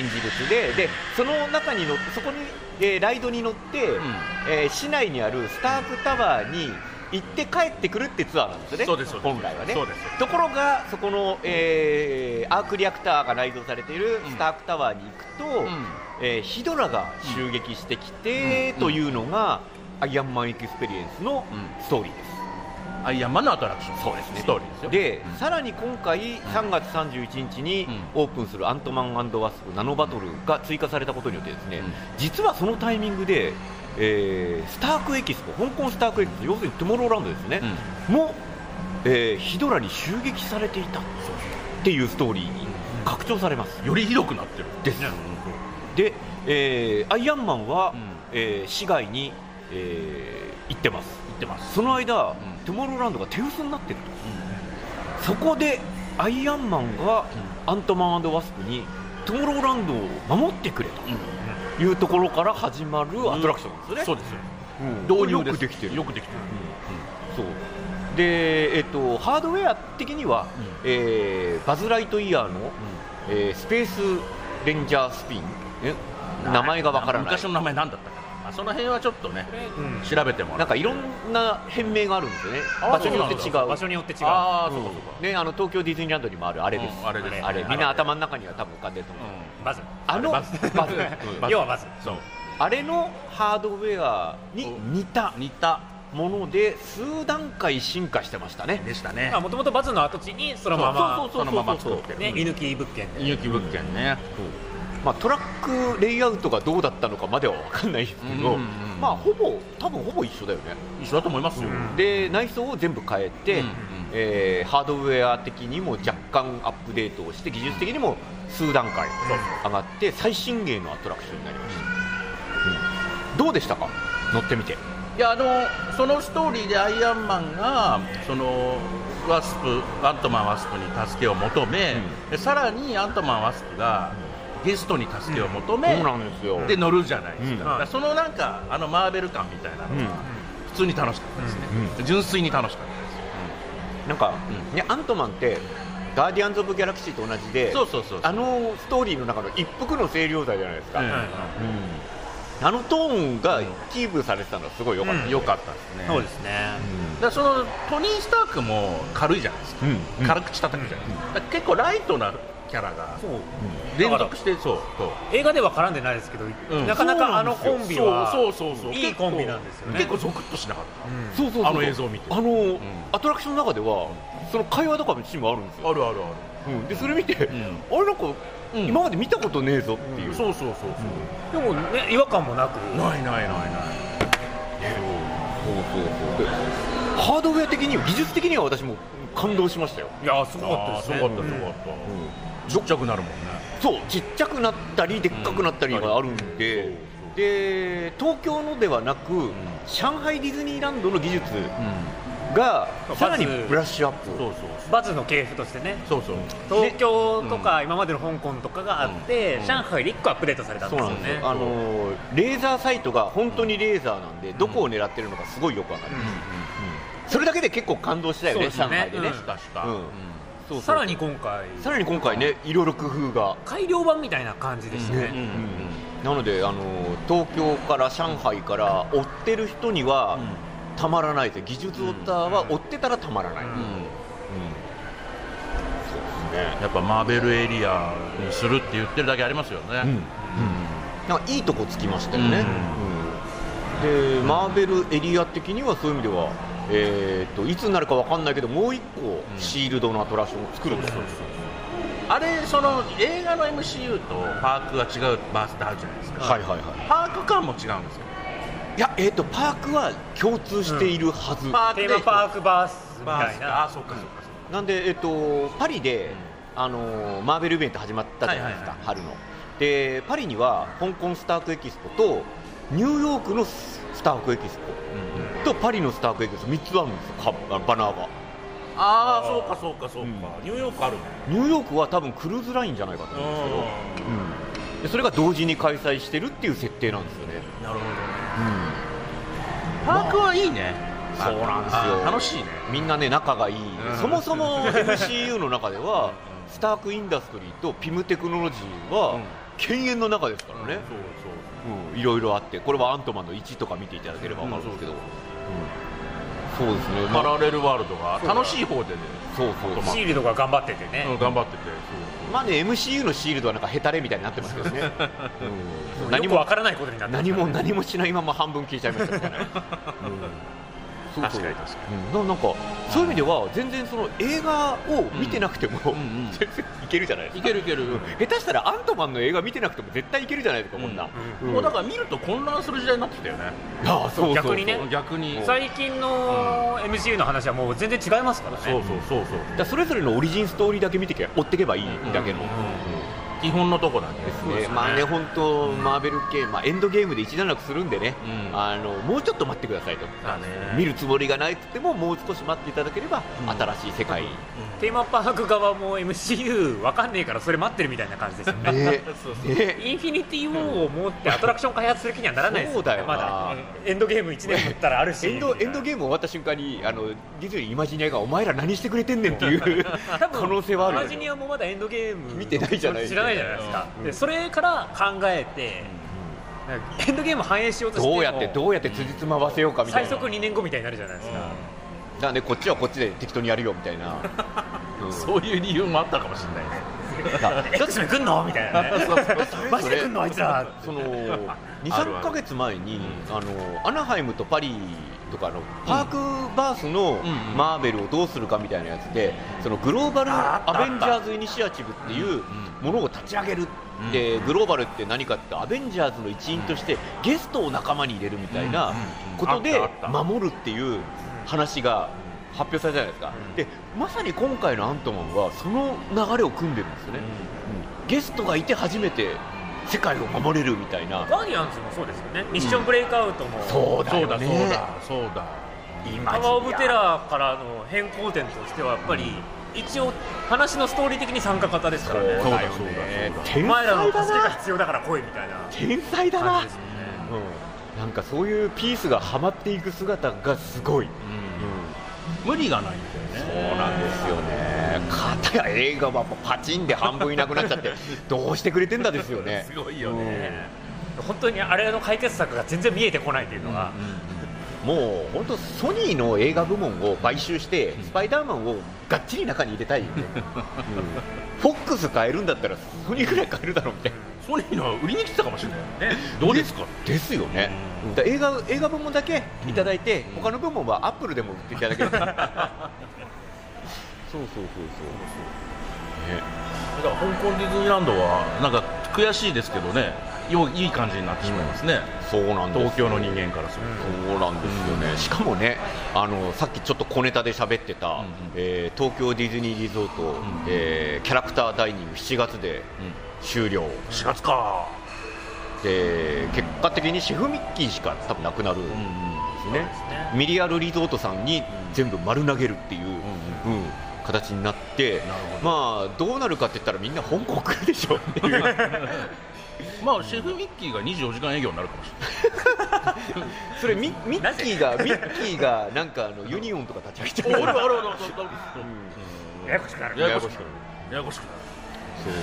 A: 展示物ででその中にのそこに、えーライドに乗って、
B: ん
A: えー市内にあるスタークタワーに行って帰ってくるってツアーなんですよね
B: そうですそうです
A: 本来はね
B: そうですそうで
A: ところがそこの、えーアークリアクターが内蔵されているスタークタワーに行くと、
B: うん
A: えーヒドラが襲撃してきて、というのが、アイアンマンエクスペリエンスの
B: う
A: ストーリーです、
B: うアイアンマンのアトラクション
A: そうですね
B: ストーリーですよ
A: でさらに今回3月31日にオープンするアントマンワスプナノバトルが追加されたことによってですね、
B: うん
A: 実はそのタイミングで、えースタークエキスポ香港スタークエキスポ要するにトゥモローランドですね、も、えーヒドラに襲撃されていたっていうストーリーに拡張されます
B: うんよりひどくなってる
A: です
B: ね
A: で、えーアイアンマンは、
B: うん
A: えー市外に、えー行ってます
B: 言ってます
A: その間、
B: ん
A: トゥモローランドが手薄になってるとそこでアイアンマンがアントマンワスプにトゥモローランドを守ってくれというところから始まるアトラクションですね、
B: そうですよ
A: うん
B: 導入
A: よ
B: です
A: くできてる
B: よくできてる
A: そうで、えっと、ハードウェア的には、えーバズ・ライトイヤーの、えースペース・レンジャー・スピンえ名前がわからない
B: 昔の名前なんだったかなまあその辺はちょっとね
A: うん
B: 調べてもら
A: な
B: っ
A: ん
B: て
A: かいろんな変名があるんですよね
B: あ
A: 場所によって違
B: そうう
C: 場所によって違う
B: ああそうかそうか
A: ね、あの東京ディズニーランドにもあるあれです、
B: うんあれです
A: あれ
B: あれ
A: みんな頭の中には多分浮かんでると思う、
B: う
C: バズ
A: あの
B: あ
A: バ
B: れ
A: ズ
B: バズ
A: うん
B: んバズ
C: 要はバズ
B: そう
A: あれのハードウェアに似た
B: 似た
A: もので数段階進化してましたね
B: でしたね
C: もともとバズの跡地にそのまま
B: そのまま作ってる
C: ね居抜き物件で
B: 有機物件ね
A: まあ、トラックレイアウトがどうだったのかまでは分かんないですけど、
B: うんうんうん
A: まあほぼ多分ほぼ一緒だよね、
B: 一緒だと思いますよ
A: で内装を全部変えて、
B: うんうん
A: えーハードウェア的にも若干アップデートをして技術的にも数段階上がって最新鋭のアトラクションになりました、うんどうでしたか乗ってみて
B: いやあのそのストーリーでアイアンマンがそのワスプアントマンワスプに助けを求め、でさらにアントマンワスプがゲストに助けを求め、
A: そうなんですよ
B: で乗るじゃないですか,、
A: うん
B: だからそのなんかあのマーベル感みたいなの
A: う
B: が
A: ん
B: 普通に楽しかったですね、純粋に楽しかったです
A: なんか、
B: う
A: ね、アントマンってガーディアンズ・オブ・ギャラクシーと同じで
B: そうそうそうそう
A: あのストーリーの中の一服の清涼剤じゃないですか、
B: うん
A: あのトーンがキープされてたのはすごい良かった、
B: 良かったですね
C: そうですね
B: だからそのトニー・スタークも軽いじゃないですか、
A: うん
B: 軽口叩くじゃないですか,、結構ライトなキャラが
C: そう
B: 連続してそうそう
C: 映画では絡んでないですけど、
B: うん
C: なかなかあのコンビは
B: そうそうそうそう
C: いいコンビなんですよね
B: 結構ゾクッとしなかった、
A: そうそうそう
B: あの映像を見て
A: あの、
B: ん
A: アトラクションの中ではその会話とかのシーンもあるんですよ、
B: あるあるあ
A: うんでそれ見て、
B: ん
A: あれなんか、
B: うん
A: 今まで見たことねえぞっていう、
B: るそうそうそうそう、
C: でもね違和感もなく
B: ないな
A: で
B: いないない
A: ハードウェア的に技術的には私も感動しましたよ
C: いやすごかった
B: あ
C: で
B: ー
C: す
B: す
C: ね
B: ごかったすごかった、ちっちゃくなるもんね
A: そうちっちゃくなったりでっかくなったりがあるんで、で東京のではなく、上海ディズニーランドの技術が
C: うん
A: さらにブラッシュアップ
B: そう
C: バズの系譜としてね
B: そうそうそう
C: 東京とか今までの香港とかがあって、上海で1個アップデートされたん
A: そ
C: で
A: う
C: す
A: な
C: よ
A: んです
C: ね
A: よ、あのーレーザーサイトが本当にレーザーなんで、どこを狙ってるのかすごいよくわかる、それだけで結構感動したよね、
C: そうですね
A: 上海でね、
C: うん
B: 確か確か、
A: うんそうそう
C: さらに今回
A: さらに今回ね、いろいろ工夫が、
C: 改良版みたいな感じでした
B: うん
C: ね、
A: なので、あのー東京から上海から追ってる人にはたまらないです、技術オタは追ってたらたまらない、
C: うん
B: うんうん
A: そうですね
B: やっぱマーベルエリアにするって言ってるだけありますよね、
A: うんなんかいいとこつきましたよね、うんでマーベルエリア的にはそういう意味では、えー、といつになるかわかんないけどもう一個シールドのアトラクションを作るんですよ、
B: あれその映画の MCU とパークが違うバースってあるじゃないですか、
A: はいはいは
B: パーク感も違うんですよ
A: いいや、えー、とパークは共通しているはず、
B: パーク
C: テ
B: で
C: ーマパークバースみ
B: バ
C: た
B: ース
C: い
B: かあー
C: な
B: そうかそうかそうか
A: なんで、えっと、パリで、あのーマーベルイベント始まったじゃないですか、
B: はい
A: 春のでパリには香港スタークエキスポとニューヨークのススタークエキスポとパリのスタークエキスポ3つあるんですよかあのバナーが
B: ああそうかそうかそうか、
A: うん
B: ニューヨークあるね
A: ニューヨークは多分クルーズラインじゃないかと思うんですけどでそれが同時に開催してるっていう設定なんですよね、
B: なるほどねパークはいいね
A: そうなんですよ
B: あー楽しいね
A: みんなね仲がいい、
B: ん
A: そもそも MCU の中ではスターク・インダストリーとピムテクノロジーは
B: うん
A: 犬猿の中ですからね、
B: そうそう
A: うんいろいろあってこれはアントマンの1とか見ていただければ分かるんですけど、うんそうですね、ま
B: パ
A: あ、
B: ラレルワールドが楽しい方でね、
A: そうそう
B: とま
C: シールドが頑張っててね、
B: うん頑張ってて
A: まあね MCU のシールドはなんかヘタレみたいになってますけどね、 うん
C: 何もわからないことになってます
A: 何
C: から
A: も
C: ね
A: 何もしないまま半分消えちゃいましたみたいな、うんそうそう
B: 確かに確か
A: うん、ななんかそういう意味では全然その映画を見てなくても、
B: んうんうん
A: 全然いけるじゃないです
B: にい
A: か
B: けるいける、
A: 下手したらアントマンの映画見てなくても絶対いけるじゃないですか、こんな、
C: うん
A: ん
B: もうだから見ると混乱する時代になってきたよね
A: ああそうそうそう
C: 逆にね
B: 逆にそう
C: 最近の MCU の話はもう全然違いますからね
B: そうそうそう
A: だからそれぞれのオリジンストーリーだけ見てけ追ってけばいいだけの、
B: うん基本のとこだけ
A: ですねまあね本当マーベル系、まあ、エンドゲームで一段落するんでね、
B: うん
A: あのもうちょっと待ってくださいと、
B: だね
A: 見るつもりがないって言ってももう少し待っていただければ、
B: うん
A: 新しい世界、
C: テーマパーク側も MCU わかんねえからそれ待ってるみたいな感じですよ ね
A: ね
B: そうそう
A: ね
C: インフィニティ・ウォーを持ってアトラクション開発する気にはならないです
A: そうだよな
C: まだエンドゲーム1年経ったらあるし
A: エンドエンドゲーム終わった瞬間にあのディズニーイマジニアがお前ら何してくれてんねんっていう
C: 多分
A: 可能性はある
C: マジニアもまだエンドゲーム
A: 見てないじゃない
C: 知らないじゃないですか、
A: うん
C: でそれから考えて、なんかエンドゲーム反映しようとしても
A: どうやってどうやって辻褄合わせようかみたい
C: 最
A: な
C: 速2年後みたいになるじゃないですか、
A: なんでこっちはこっちで適当にやるよみたい な、うん
B: そういう理由もあったかもしれないね
A: だ
C: え X メン来んのみたいなねマジで来んのあいつら
A: そ の
B: あるあ
A: 23
B: る
A: か月前にあのアナハイムとパリとかのパークバースの
B: うん
A: マーベルをどうするかみたいなやつでそのグローバル・
B: ああった
A: アベンジャーズ・イニシアチブっていうものを立ち上げる
B: うん
A: でグローバルって何かって言ったらアベンジャーズの一員としてゲストを仲間に入れるみたいなこと
B: うん
A: で
B: うんあったあった
A: 守るっていう話が発表されたじゃないですかでまさに今回のアントマンはその流れを組んでるんですよね。ゲストがいて初めて世界を守れるみたいな
C: ガーディアンズもそうですよねミッションブレイクアウトも、
A: そうだ
B: そう
A: よ
B: だ
A: ね
B: そうだそうだ
C: パワー・オブ・テラーからの変更点としてはやっぱり、一応話のストーリー的に参加型ですからね
A: そうだ
B: よ
A: よ
B: ね
A: ね
C: お
A: 天
C: 前らの
A: 才
C: 助けが
A: だな
C: 必要だから来いみたいな
A: 天才だな
C: 感じですよね
A: うんなんかそういうピースがはまっていく姿がすごい、うん
B: 無理がないんだよね
A: そうなんですよね片や映画はもうパチンで半分いなくなっちゃって どうしてくれてんだですよね
B: すごいよね
C: 本当にあれの解決策が全然見えてこないというのが、
A: もう本当ソニーの映画部門を買収してスパイダーマンをがっちり中に入れたい よね、うんフォックス買えるんだったらソニーぐらい買えるだろうみたいな
B: ソニーのは売りに来てたかもしれないねどうですか
A: ですよね、だ映画映画部門だけいただいて、他の部門はアップルでも売っていただけるそうそうそう
B: だから香港ディズニーランドはなんか悔しいですけどねよいい感じになってしまいますね、
A: そうそうなんです
B: 東京の人間からすると、
A: そうなんですよね、しかもねあのさっきちょっと小ネタで喋ってた、
B: うんうん
A: えー東京ディズニーリゾート、
B: ん
A: えーキャラクターダイニング7月で終了、
B: 4月か
A: で結果的にシェフミッキーしか多分なくなるんですね、ミリアルリゾートさんに全部丸投げるっていう、うん形になってまあどうなるかって言ったらみんな香港来るでしょって いう
B: まあシェフミッキーが24時間営業になるかもし
A: それミミッキー がミッキーがなんかあのユニオンとか立ち上
B: れ
A: げ
B: な
A: ちゃう
B: い俺は俺は俺は
C: ややこしくなる
B: ややこしくなるややこしくなる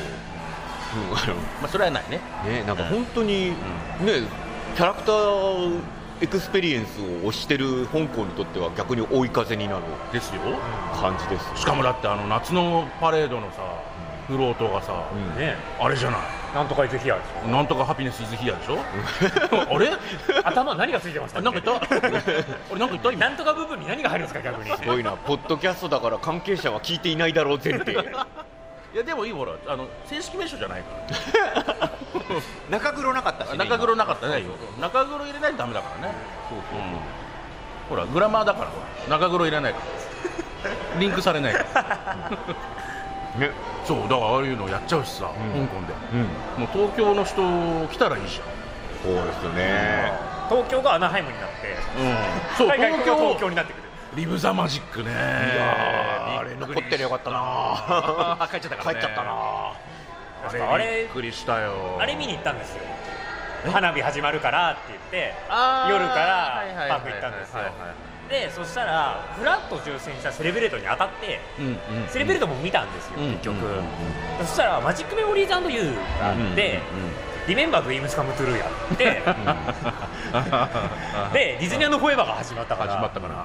A: そう、うん、あの
B: まあそれはないね
A: ね、なんか本当に、ね、キャラクターエクスペリエンスを推してる香港にとっては逆に追い風になる
B: ですよ
A: 感じです、
B: しかもだってあの夏のパレードのさフロートがさ、
A: うん
C: ね
B: あれじゃな
C: なんとかいつヒアでし
B: いなんとかハピネスイズヒアでし ょあれ
C: ょ頭何がついてました
B: あ
C: っ
B: なんか
C: け
B: 言った俺なんか言った今
C: なんとか部分に何が入るんですか逆に
A: すごいな、ポッドキャストだから関係者は聞いていないだろう前提、
B: いやでもいいほらあの正式名称じゃないから
A: 中黒なかったし、ね、
B: 中黒
A: 今
B: なかったね中黒入れないとダメだからねそうそう、ん、ほらグラマーだからほら中黒入れないから リンクされないから
A: ね、
B: そうだからああいうのやっちゃうしさ、
A: うん
B: 香港で
A: うん、
B: もう東京の人来たらいいじ
A: そうですよね、
C: 東京がアナハイムになって
B: ゃん、うん、そう
C: 海外が
B: 東京
C: 東京になってくる
B: リブ・ザ・マジックねい
A: あれ残ってりゃよかったな、
B: あ帰っちゃったから、
A: 帰っ
B: ね、
A: ちゃったな、
C: あ
B: あ
C: れ
B: れびっくりしたよ
C: あれ見に行ったんですよ花火始まるからって言って
B: あー
C: 夜から
B: はいはいはい
C: パ
B: はい
C: ーク行ったんですよ
B: はいはいはい
C: でそしたらフラッと抽選したセレブレートに当たって
B: うんうん
C: セレブレートも見たんですよ、
B: うん
C: 結局、
B: うんうんうん
C: そしたらマジックメモリーズ &You があって、リメンバードリームスカムトゥルーやって、でディズニーランドフォーエバーが始まったから
B: 始まったかな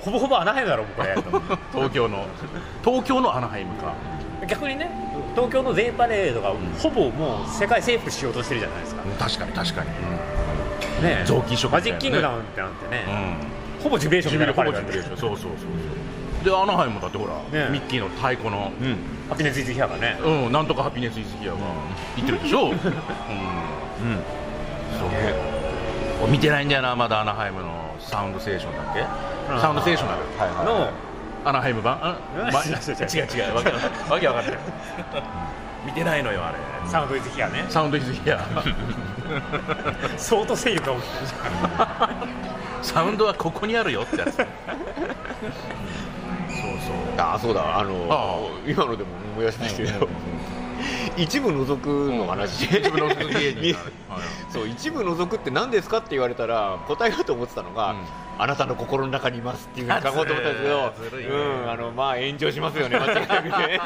C: ほぼほぼアナハイムだろもうこれ
B: 東京の東京のアナハイムか
C: 逆にね東京のデイパレードがほぼもう世界征服しようとしてるじゃないですか、
B: 確かに確かに、
C: ね
B: 臓器移植
C: マ
B: みたいなね
C: ジックキングダムってなんてね、
B: う
C: ほぼジュビレーションみたい
B: ほ
C: な彼
B: ぼ
C: が
B: ジ
C: ね
B: ュビレーションそうそうそうでアナハイムだってほら、
A: ね
B: ミッキーの太鼓の
A: うん
C: ハピネスイズヒアがね
B: うん、なんとかハピネスイズギアが行ってるでしょ、うん、そう
A: うん
B: 見てないんだよなまだアナハイムのサウンドステーションだっけ、
C: ん
B: サウンドステーションだろ
A: はいはい
C: の
B: アナハイム版あ、
C: うん
B: ま、
C: 違
B: 違う違
C: う違う
B: う違うわけわかんないわけわかんない見てないのよあれ
C: サウンドイズヒアね
B: サウンドイズ ギア
C: 相当勢力が大きい
B: サウンドはここにあるよってや つそう
A: ああそうだあの
B: あ
A: 今のでも思い出しましたけど、 一部除くの話、
B: 自分の家に
A: そう一部除くって何ですかって言われたら答えだと思ってたのが、
B: うん
A: あなたの心の中にいますっていうふうに書こうと思ったんですけ
B: あ
A: ど
B: ずるいね
A: うんあのまあ炎上しますよね間違いなく ね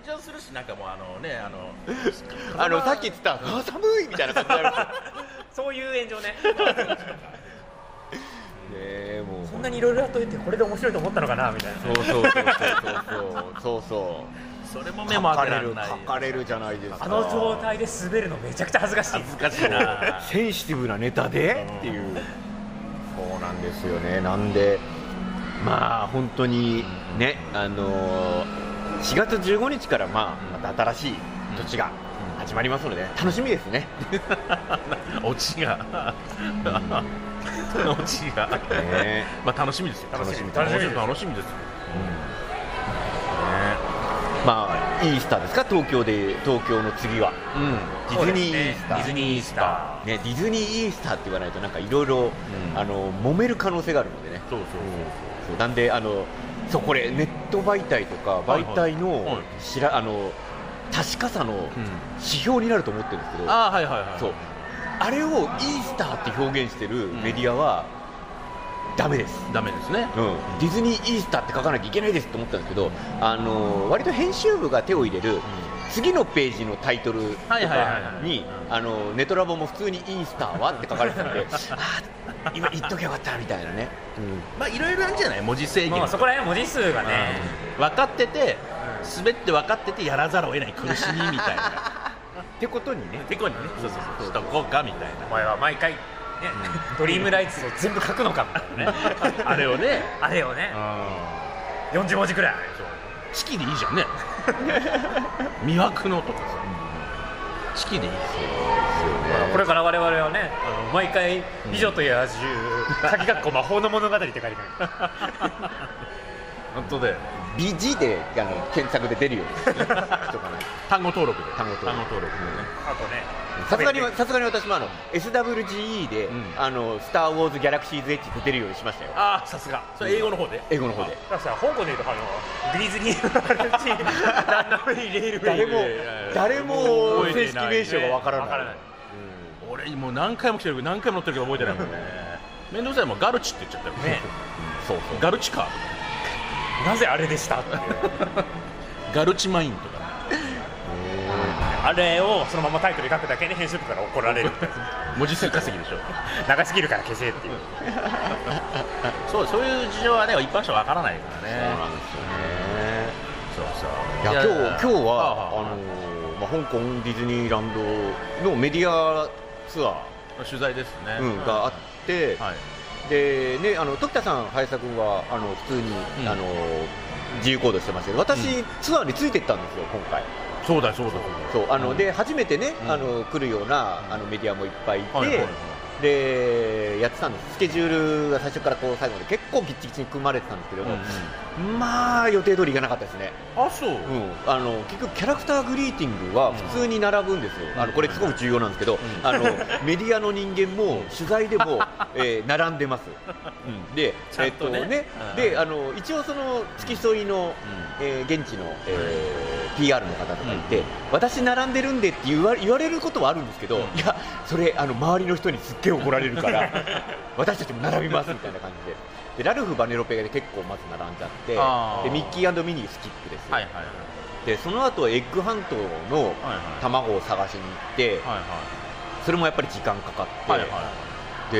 B: 炎上するしなんかもうあのねあの
A: あのさっき言ってたあ寒いみたいな感じになるんで
C: そういう炎上ね
A: すよねえもう
C: そんなにいろいろやっといてこれで面白いと思ったのかなみたいな
A: そうそうそうそうそうそうそ
B: それも
A: う
B: 目も
A: 書
B: 当
A: か
B: て
A: れ
B: ら
A: る
B: れない
A: 書かれるじゃないですか
C: あの状態で滑るのめちゃくちゃ恥ずかしい
B: 難しいな
A: センシティブなネタでっていう、そうなんですよねなんでまあ本当にねあのー4月15日からまあまた新しい土地が始まりますので楽しみですね
B: オチが オチが
A: ね
B: まあ楽しみですよ
A: 楽しみ
B: 楽しみ
C: 楽しみ
B: 楽しみですよ
A: まあイースターですか東京で東京の次は
B: うん
A: ディズニーイースタ
C: ディ
A: ー
C: ズニーイースタ
A: ね、ディズニーイースターって言わないとなんかいろいろ
B: うん
A: 揉める可能性があるのでね
B: そうそう
A: そうなんであのそうこれネット媒体とか
B: はいはい
A: 媒体
B: はい
A: のしらあの確かさの
B: そう、うん、
A: 指標になると思ってるんですけどあ
B: ああはいはいはい
A: そうあれをイースターって表現してるメディアはダメです、
B: ダメですね
A: うん、ディズニーイースターって書かなきゃいけないですと思ったんですけどあの割と編集部が手を入れる次のページのタイトルと
B: はいはいはいは
A: か
B: い
A: にあのネトラボも普通に「イースターは?」って書かれて たんであー今言っときゃよかったみたいなね、うん
B: まあいろいろあるんじゃない文字制
C: ー
B: 限
C: まあそこら辺文字数がね
B: うん分かってて滑って分かっててやらざるを得ない苦しみみたいな
A: ってことにね
B: てこにね そうそうそうしとこうかみたい
C: お前は毎回ねドリームライツを全部書くのかみたいなね
B: なあれをね
C: あれをね
B: うん
C: 40文字くらい
B: 式でいいじゃん ね魅惑のとかさ式でいいですよ
C: これから我々はねあの毎回「美女と野獣」鍵括弧魔法の物語って 書いてある
B: 本当で
A: 美字であの検索で出るようにしと かない
B: 単語登録で
A: 単語登録
B: でね
C: あとね
A: さすがにさすがに私もあの SWGE で、
B: うん
A: あのスター・ウォーズ・ギャラクシーズ・エッジで出るようにしましたよ
B: ああさすがそれ英語の方で
A: 英語の方で
C: だからさ香港でいうとあのディズニーランダムにレールウェイ
A: 誰も
B: いやいやいや
A: 誰も
B: 覚
A: 正
B: えて
A: 式
B: ない
A: 名称がわからない
C: わからない
B: 俺もう何回も来てるけど何回も乗ってるけど覚えてないもんねめんどくさいもんガルチって言っちゃったよね
C: ね
A: そうそう
B: ガルチか
C: なぜあれでしたっていう
B: ガルチマインとかね
C: あれをそのままタイトルに書くだけで編集部から怒られる
B: 文字数稼ぎでしょ
C: 長すぎるから消せっていう
B: そうそういう事情はね一般の人はわからないから
A: そう
B: ね
A: なんですよね
B: そうそう
A: いや今日今日は
B: あ
A: あのーまあ、香港ディズニーランドのメディアツア
B: あ取材ですね
A: ー、うんがあって、
B: はい
A: でねあの時田さん、林田君はあの普通に、
B: うん
A: あの自由行動してましたけど私、
B: う
A: ツアーについてったんですよ、今回。
B: そうだそうだ
A: そうあので初めてね、
B: うん
A: あの来るようなあのメディアもいっぱいいて、
B: はいはいはい
A: でやってたんですスケジュールが最初からこう最後まで結構ぎっちぎちに組まれてたんですけども、まあ予定通りいかなかったですね、
B: あそう
A: うん、あの結局キャラクターグリーティングは普通に並ぶんですよ、あのこれすごく重要なんですけど、あ のメディアの人間も取材でも、えー並んでます、うん、で
B: ちゃんとね
A: えっとね
B: うん
A: であの一応その付き添いの、えー現地の、えー PR の方とかいて、私並んでるんでって言わ言われることはあるんですけど、いやそれあの周りの人にすっげえ怒られるから 私たちも並びますみたいな感じででラルフ・バネロペが結構まず並んじゃ
B: あ
A: っ
B: ー
A: てでミッキーミニースキップです、
B: はいはいはい
A: でその後エッグハントの
B: はいはい
A: 卵を探しに行って、
B: はい
A: それもやっぱり時間かかって、
B: はいはいは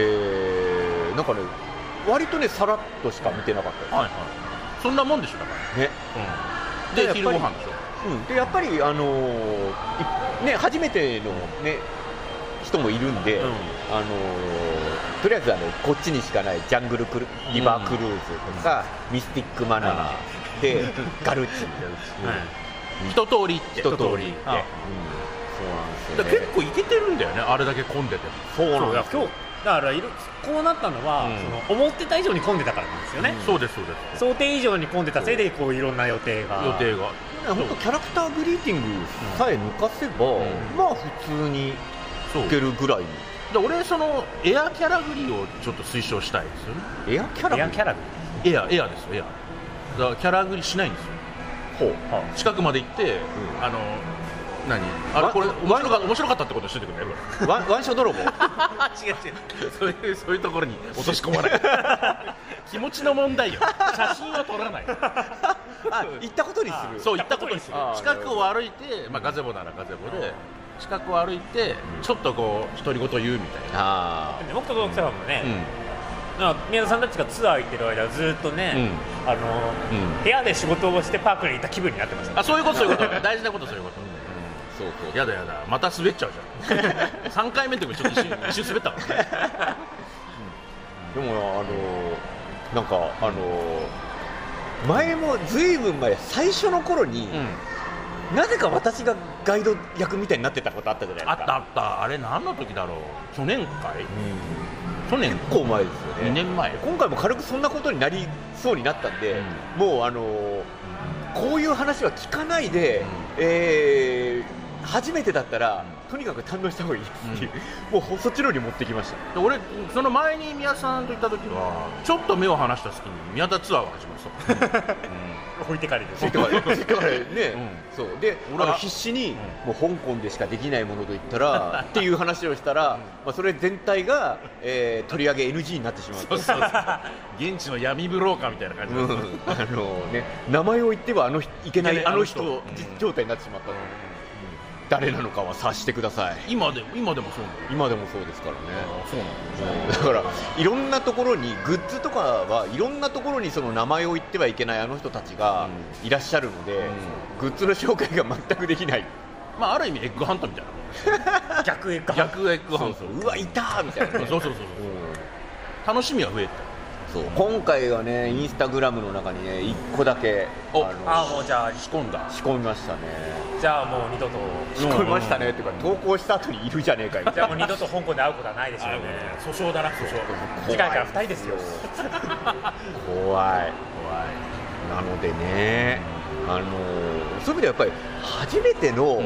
A: でなんかね割とねさらっとしか見てなかった
B: いはいはいそんなもんでしょだか
A: ですね、
B: ら
A: でや
B: で
A: っぱり
B: 昼ご飯でしょ
A: うん、でやっぱりあのーいね初めてのね人もいるんで、
C: うん
A: あのーとりあえずあのこっちにしかないジャングルクルリバークルーズとか、ミスティックマナーで、ガルチ
C: い
A: うん
B: 一通り行って
A: 一通り行って、うん
B: あ
A: そうな
B: だ
A: んですよ、
B: から
A: ね
B: 結、構行けてるんだよねあれだけ混んでても
A: そう
C: そうい
A: なん
C: や
A: です
C: 今
A: よ
C: 日だからいろこうなったのは、
A: うん
C: その思ってた以上に混んでたからなんですよね、
B: そうですそうです
C: 想定以上に混んでたせいでこういろんな予定が
B: 予定が
A: 本当キャラクターグリーティングさえ抜かせば、
B: ん
A: まあ普通にい
B: そう
A: けるぐらい
B: で俺そのエアキャラグリをちょっと推奨したいですよね
A: エアキャラ
C: エアキャラグ
B: エアエアですよエアだからキャラグリしないんです
A: ほ
B: よ
A: う
B: 近くまで行って、
A: ん
B: あの何あれ
A: わ
B: これ面白か面白かったってことにしといてくれこ
A: ワンワンショット泥棒
B: れ違う違うそういうそういうところに落とし込まない気持ちの問題よ写真は撮らない
A: あ行ったことにする
B: そう行ったことにする
A: あー
B: 近くを歩いて、まあ、ガゼボならガゼボで近くを歩いてちょっとこう独り言言うみたいな、
A: あ
C: 僕と奥様もね、
B: うん
C: なんか宮田さんたちがツアー行ってる間ずっとね、あの
A: うん
C: 部屋で仕事をしてパークにいた気分になってました、
B: あそういうことそういうこと大事なことそういうこと、
A: そうそう
B: やだやだまた滑っちゃうじゃん 三回目の時もちょっと一瞬一瞬滑ったもんね
A: でもあのーなんかあのー前もずいぶん前最初の頃に、なぜか私がガイド役みたいになってたことあったじゃないで
B: あ
A: す
B: っ
A: か
B: たあったあれ何の時だろう去年回去年
A: 結構前ですよね
B: 2年前
A: 今回も軽くそんなことになりそうになったんで、もうあのーこういう話は聞かないで、
B: うん
A: えー初めてだったら、とにかく堪能した方がいいですっていう、 もうそっちの方に持ってき ました
B: で俺その前に宮田さんと行った時はちょっと目を離した隙に宮田ツアーが始まった
C: 置いてかれて
A: ついてはね、ついてはね、そうで
B: 俺
A: 俺
B: は
A: は必死に、もう香港でしかできないものと言った らっていう話をしたら、まあ、それ全体が、えー取り上げ NG になってしまう
B: そうそうそう現地の闇ブローカーみたいな感じ
A: う
B: だっ
A: ん
B: た、
A: あのね、名前を言ってはあの人いけない
B: いけない
A: あの人
B: あの人うん
A: 状態になってしまったので、誰なのかは察してください
B: 今でも今でもそうなの
A: 今でもそうですからね
B: あそうなの
A: だからいろんなところにグッズとかはいろんなところにその名前を言ってはいけないあの人たちがいらっしゃるので、グッズの紹介が全くできない
B: まあある意味エッグハントみたいなもん
C: 逆へか
B: 逆エッグハ
A: そ
B: ン
A: う
B: ト
A: そううわいたーみたいな
B: そう
A: ね、
B: そうそうそう楽しみは増えた
A: そう今回はねインスタグラムの中にね1個だけあ
B: お
C: あ
A: の
C: もうじゃあ
B: 仕込んだ
A: 仕込みましたね
C: じゃあもう二度と
A: 仕込みましたねっていうか投稿した後にいるじゃねえかよみ
C: じ
A: たい
C: ゃあもう二度と香港で会うことはないでしょうね
B: 訴訟だな訴訟
A: な
C: 次回から二人ですよ
A: 怖いなのでねあのーそういう意味ではやっぱり初めての、
B: ん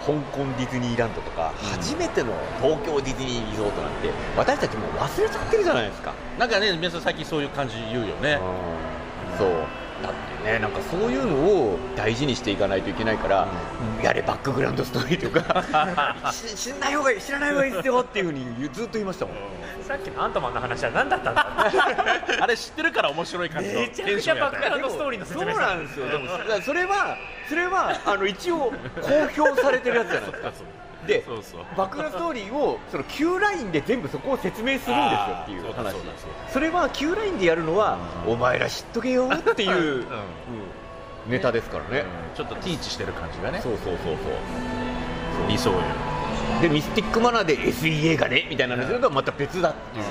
A: 香港ディズニーランドとか、初めての東京ディズニーリゾートなんて私たちもう忘れちゃってるじゃないですか
B: なんかね皆さん最近そういう感じ言うよね
A: そうだってねなんかそういうのを大事にしていかないといけないから、やれバックグラウンドストーリーと かし 知らない方がいい知らない方がいいですよっていうふうに言うずっと言いましたもん
C: さっきのアントマンの話は何だったん だ
B: あれ知ってるから面白い感じの
C: めちゃくちゃバックグラウンドストーリーの説
A: そう
C: 明
A: なんですよでもだからそれはそれはあの一応公表されてるやつじゃないですかで
B: そうそう
A: バックグラウンドストーリーをその Q ラインで全部そこを説明するんですよっていう
B: あ
A: 話
B: ーそうだそうだそう
A: それは Q ラインでやるのはお前ら知っとけよっていう、うんネタですからね、
B: ちょっとティーチしてる感じがね
A: そうそうそうそ
B: 理想よ
A: うでミスティックマナーで SEA がねみたいなのするとまた別だってい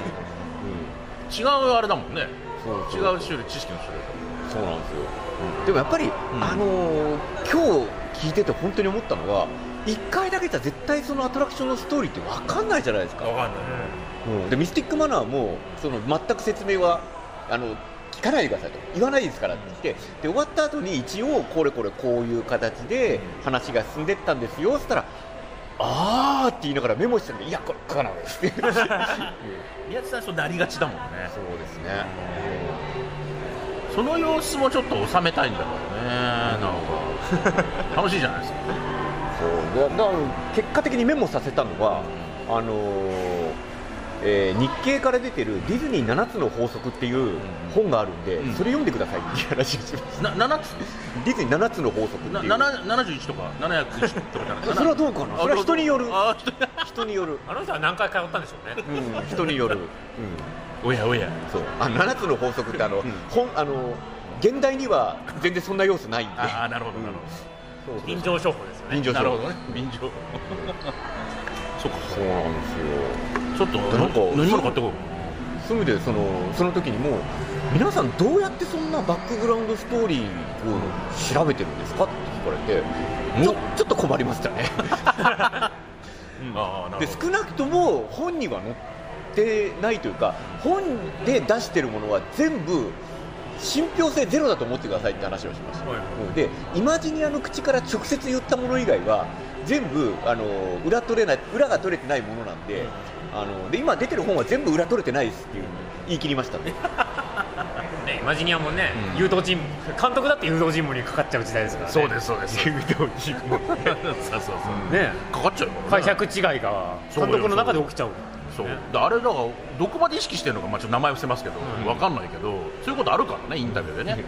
A: う、
B: 違うあれだもんね
A: そう
B: 違
A: そう
B: う種類知識の種類だもん
A: そうなんですよ、でもやっぱり、あのー今日聞いてて本当に思ったのが1回だけじゃ絶対そのアトラクションのストーリーって分かんないじゃないですか、
B: わかんない
A: でミスティックマナーもその全く説明はあの聞かないでくださいと言わないですからって言ってで終わった後に一応これこれこういう形で話が進んでったんですよそしたらあーって言いながらメモしてたんでいやこれ書かないですってそうですね
B: 宮津さんそうなりがちだもんねその様子もちょっと収めたいんだろうねなん か楽しいじゃないですか
A: そうだだから結果的にメモさせたのは、あのーえー日経から出てる「ディズニー7つの法則」っていう本があるんで、
B: うん
A: それ読んでくださいっていう話をしました
B: な7つ
A: ディズニー7つの法則って
B: な
A: いう
B: 7 71とか701とかじゃないかな
A: それはどうかな
B: あ
A: それは人による
B: あ人に
A: 人による、
C: あの人は何回通ったんでしょうね
A: うん、人による、うん、
B: おやおや
A: そうあ7つの法則ってあの、本あの現代には全然そんな要素ないんで
B: ああなるほどなるほ
A: そ
B: ど
A: うそう
C: 臨場商法ですよね
A: 臨場し
B: なるほ
A: よ
B: どね便乗 そうか
A: そうなんですよ
B: ちょっと
A: なんか
B: 飲み物買ってこよ
A: そういう意味でそのその時にもう皆さんどうやってそんなバックグラウンドストーリーを調べてるんですかって聞かれてちょちょっと困りましたね
B: うああなる
A: で
B: ほど
A: 少なくとも本には載ってないというか本で出してるものは全部信憑性ゼロだと思ってくださいって話をしました、
C: はいは
A: うんでイマジニアの口から直接言ったもの以外は全部あの裏取れない裏が取れてないものなんで,、あので今出てる本は全部裏取れてないですっていうふうに言い切りましたね
C: ね、イマジニアもね、誘導チーム監督だって誘導チームにかかっちゃう時代ですからね
B: そうですそうです そうそうそう
C: ね
B: かかっちゃうよ
C: 解釈違いが
B: そう
C: 監
B: よ
C: 督の中で起きちゃう
B: そうだあれだからどこまで意識してるのか、まあ、ちょっと名前伏せますけど、わかんないけどそういうことあるからねインタビューでね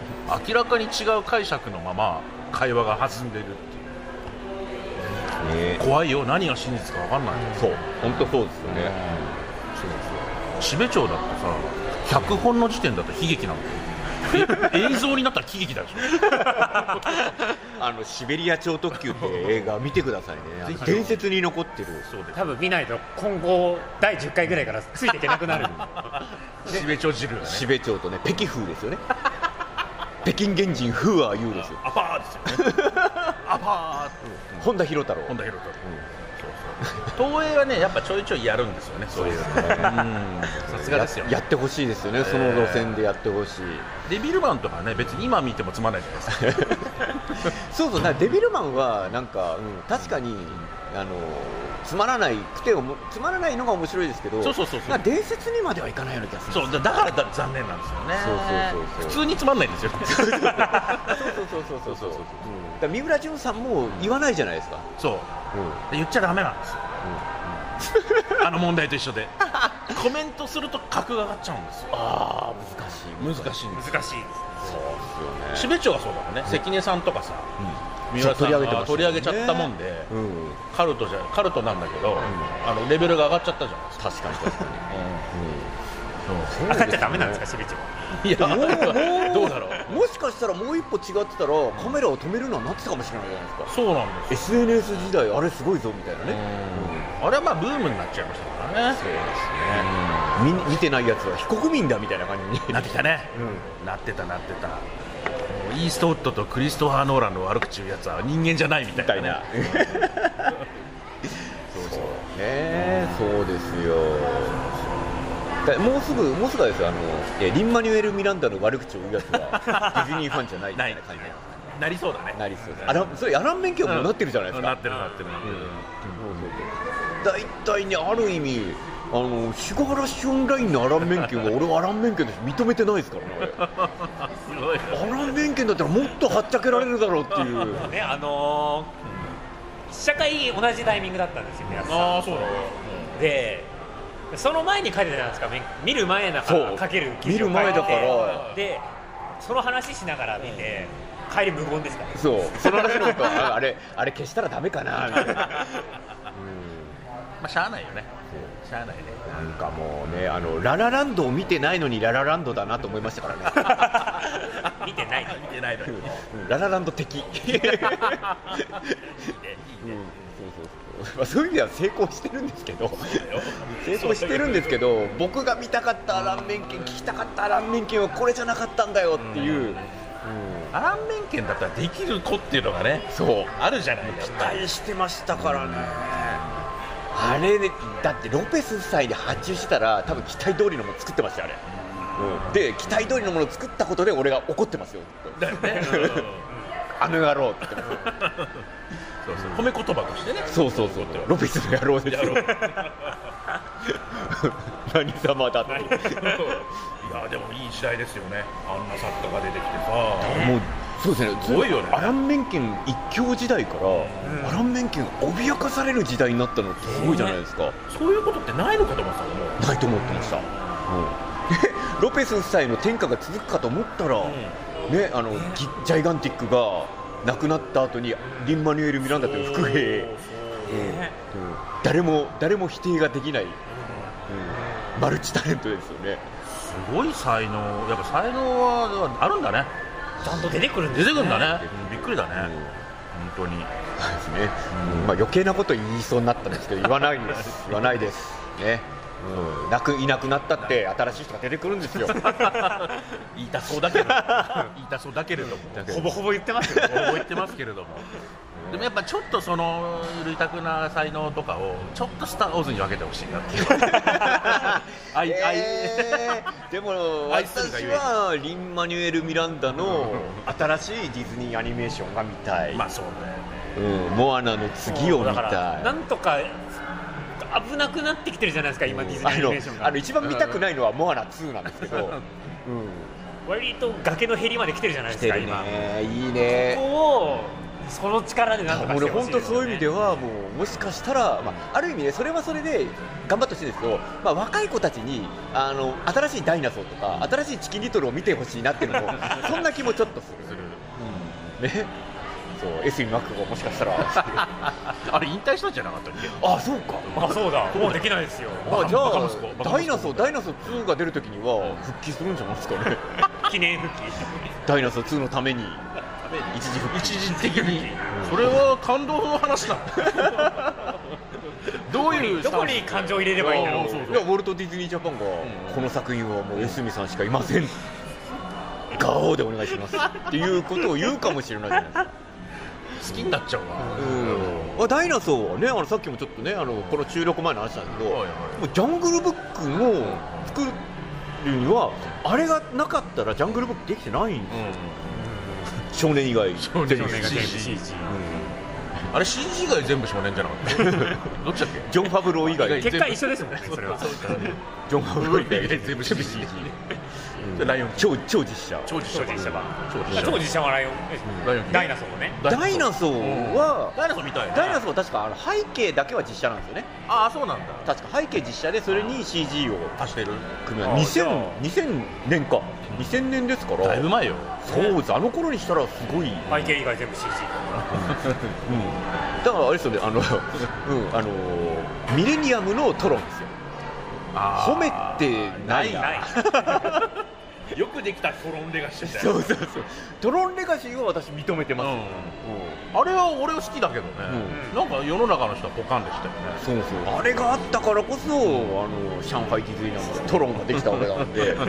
B: 明らかに違う解釈のまま会話が弾んでるっていう怖いよ何が真実かわかんない
A: そう本当そうですよね
B: そうですよ標町だってさ脚本の時点だと悲劇なのえ映像になったら喜劇だでしょ
A: あのシベリア超特急って映画見てくださいねあ
B: ぜ
A: の
B: ひ
A: 伝説に残ってる
B: そうで
C: 多分見ないと今後第10回ぐらいからついていけなくな る
B: す標町汁がね
A: 標町とね北京風 ですよね北京原人風は言うですよ
B: アパーですよねアパーって
A: 本田博太郎
B: 本田博太そうそう東映はねやっぱちょいちょいやるんですよねそういうのさすがですよ
A: ややってほしいですよねその路線でやってほしい、
B: デビルマンとかね別に今見てもつまんないじゃないですか
A: そうそうなんかデビルマンはなんか、うん確かにあのつまらないくておもつまらないのが面白いですけど
B: そうそうそうそう
A: なんか伝説にまではいかないような気がする
B: そうだだからだ残念なんですよね
A: そうそうそうそう
B: 普通につまんないんですよ
A: そ うそうそうそうそうそう、うん、だから三浦淳さんも言わないじゃないですか、
B: そうで言っちゃダメなんですよ、あの問題と一緒でコメントすると格が上がっちゃうんですよ
A: ああ難しい
B: 難しいんですよ
C: 難しい
B: 標町はそうだもんね関根さんとかさ
A: うん
B: 三浦さん
A: 取り上げてました
B: が
A: ね
B: 取り上げちゃったもんで、
A: うん
B: カルトじゃカルトなんだけど、あのレベルが上がっちゃったじゃないで
A: 確
B: すか
A: かに確かに、
C: 上がっちゃダメなんですかしびち
B: いや
A: もう
B: どうだろう
A: もしかしたらもう一歩違ってたらカメラを止めるのはなってたかもしれないじゃないですか
B: そうなんですよ
A: SNS 時代あれすごいぞみたいなね、
B: あれはまあブームになっちゃいましたからね
A: み見てないやつは非国民だみたいな感じに
B: なってきたね、なってたなってたもうイーストウッドとクリストファー・ノーランの悪口言うやつは人間じゃないみたいな,、ね、
A: ねえそうですよだもうすぐもうすぐあれですよあのえリンマニュエル・ミランダの悪口を言うやつはディズニーファンじゃないみた
B: ないい
A: な感じ
B: なりそうだね
A: なりそうですあらそれアラン免許もうなってるじゃないですか、
B: なってるなってるなってる、
A: 大体ねある意味あの菅原シオンラインのアラン免許は俺はアラン免許として認めてないですからねあ
B: すごい
A: れアラン免許だったらもっとはっちゃけられるだろうっていう
C: ゃねあのー、試写会同じタイミングだったんですよ皆さ
B: ああそうだ
C: んでその前に書いてたじゃないですかめ見る前だか
A: そう
C: ら書ける記事
A: 見
C: を書いて
A: る前だから
C: でその話しながら見て、帰り無言でしたね
A: そうその話のことはああれあれ消したらダメかなみたいな
B: まあしゃあないよねしゃあないね
A: なんかもうねあのララランドを見てないのにララランドだなと思いましたからね
C: 見てない
B: 見てないのに
A: うんララランド的うんそうそうそうまあそういう意味では成功してるんですけど成功してるんですけど僕が見たかったアランメンケン聞きたかったアランメンケンはこれじゃなかったんだよっていう、うん
B: アラン免権だったらできる子っていうのがね
A: そう
B: あるじゃないです
A: 期
B: か
A: 待してましたからね、あれでだってロペス夫妻で発注してたら多分期待通りのもの作ってましたよあれ、うんで期待通りのものを作ったことで俺が怒ってますよ
B: だよね
A: あの野郎って
B: そうそう褒め言葉としてね
A: そうそうそうロペスの野郎ですよ 何様だって
B: いやでもいい時代ですよねあんな作家が出てきてさ
A: もうそうですね
B: すごいよね
A: アラン・メンケン一強時代から、アラン・メンケンが脅かされる時代になったのってすごいじゃないですか、
B: そういうことってないのかと思ってたのもう
A: ないと思ってました、うん でロペス夫妻の天下が続くかと思ったら、ねあのギジャイガンティックが亡くなった後にリン・マニュエル・ミランダという副兵、うんうん誰も誰も否定ができない、うんマルチタレントですよね
B: すごい才能やっぱ才能はあるんだね
C: ちゃんと出てくるん
B: 出て
C: です
B: くるんだねびっくりだね、本当に
A: そうですね、うんまあ、余計なこと言いそうになったんです けど言わないです言わないですね、うん、なくいなくなったって新しい人が出てくるんですよ
B: 言いたそうだ けど言いたそうだけれども
A: ど
B: ほ
C: ほ
B: ぼ
C: ぼほぼ言ってますよ
B: 覚えてますけれどもでもやっぱちょっとそのゆるいたくな才能とかをちょっとスター・ウォーズに分けてほしいな っていうあい、あい
A: えーでも
B: 愛するが
A: 私
B: ゆえに
A: はリン・マニュエル・ミランダの新しいディズニーアニメーションが見たい、
B: まあそうだよね
A: うん、モアナの次を見
C: だ
A: た
C: か
A: い
C: らなんとか危なくなってきてるじゃないですか今ディズニー
A: あ
C: アニメーション
A: のあ
C: が
A: の一番見たくないのはモアナ2なんですけど、うん、
C: 割と崖のへりまで来てるじゃないですか今
A: ねいい
C: こ
A: ね
C: こをその力でなんとかして
A: 俺
C: ほし
A: 本
C: い
A: 当
C: です
A: そ
C: よ
A: うい
C: ね
A: う意味ではもうもしかしたら、まあ、ある意味ねそれはそれで頑張ってほしいんですけど、まあ、若い子たちにあの新しいダイナソーとか新しいチキンリトルを見てほしいなっていうの もそんな気もちょっとするねそう S にマックがもしかしたら
B: あれ引退したんじゃなかったっけ
A: あそうか
C: あそうだもうできないですよ
A: あじゃ
B: バカ
A: あ
B: 息子バ
A: ダ
B: カ息子
A: イナソーダイナソー2が出るときには復帰するんじゃないですか ね
C: 記念復帰
A: ダイナソー2のために一時復帰
B: 一時的にそれは感動の話だ どういう
C: どこに感情入れればいいんだろう
B: あーそう
A: いやウォルト・ディズニー・ジャパンが、この作品はもう江角さんしかいませんガオーでお願いしますっていうことを言うかもしれないじゃないですか
B: 好きになっちゃうわ
A: うんあダイナソーはねあのさっきもちょっとねあのこの収録前の話なんですけど、
B: はいはい
A: もうジャングルブックの作るにはあれがなかったらジャングルブックできてないんですよ、少年以外
B: 少年以
A: 全
B: 外
A: 部
B: CG あれ CG 以外全部少年じゃなかった どっちだっけ
A: ジョン・ファブロー以外
B: 以外
A: ジ
C: 結果一緒ですもんねそれ は
A: ョン・ファブロー以外
B: 全部 CG でライオンキング
A: 超超実写
B: 超実写
C: 超実写版
B: 超実
C: 当時
B: 写
C: シャワライオン
B: ライオンキング
C: ダイナソーもね
A: ダイナソーは、
B: ダイナソー見たい
A: ダイナソーは確かあの背景だけは実写なんですよね
B: ああそうなんだ
A: 確か背景実写でそれに CG を
B: 足してる
A: 組み合
C: あ
A: わ
C: ー
A: せ
C: じゃ
A: 2000
C: あ
A: 2000年か2000年ですから
B: だいぶ前よ
A: そうですあの頃にしたらすごい、うん、
C: 背景以外全部 CG
A: だからあれですよねあの、 うん、あのーミレニアムのトロンですよ褒めてない
C: ない
B: よくできたトロンレガシーだ
A: そうそうそうトロンレガシーを私認めてます、
B: あれは俺は好きだけどね
A: う
B: なんか世の中の人はポカンでしたよね
A: そうそうあれがあったからこそあの上海ディズニーランドのトロンができたわけなん で
C: もう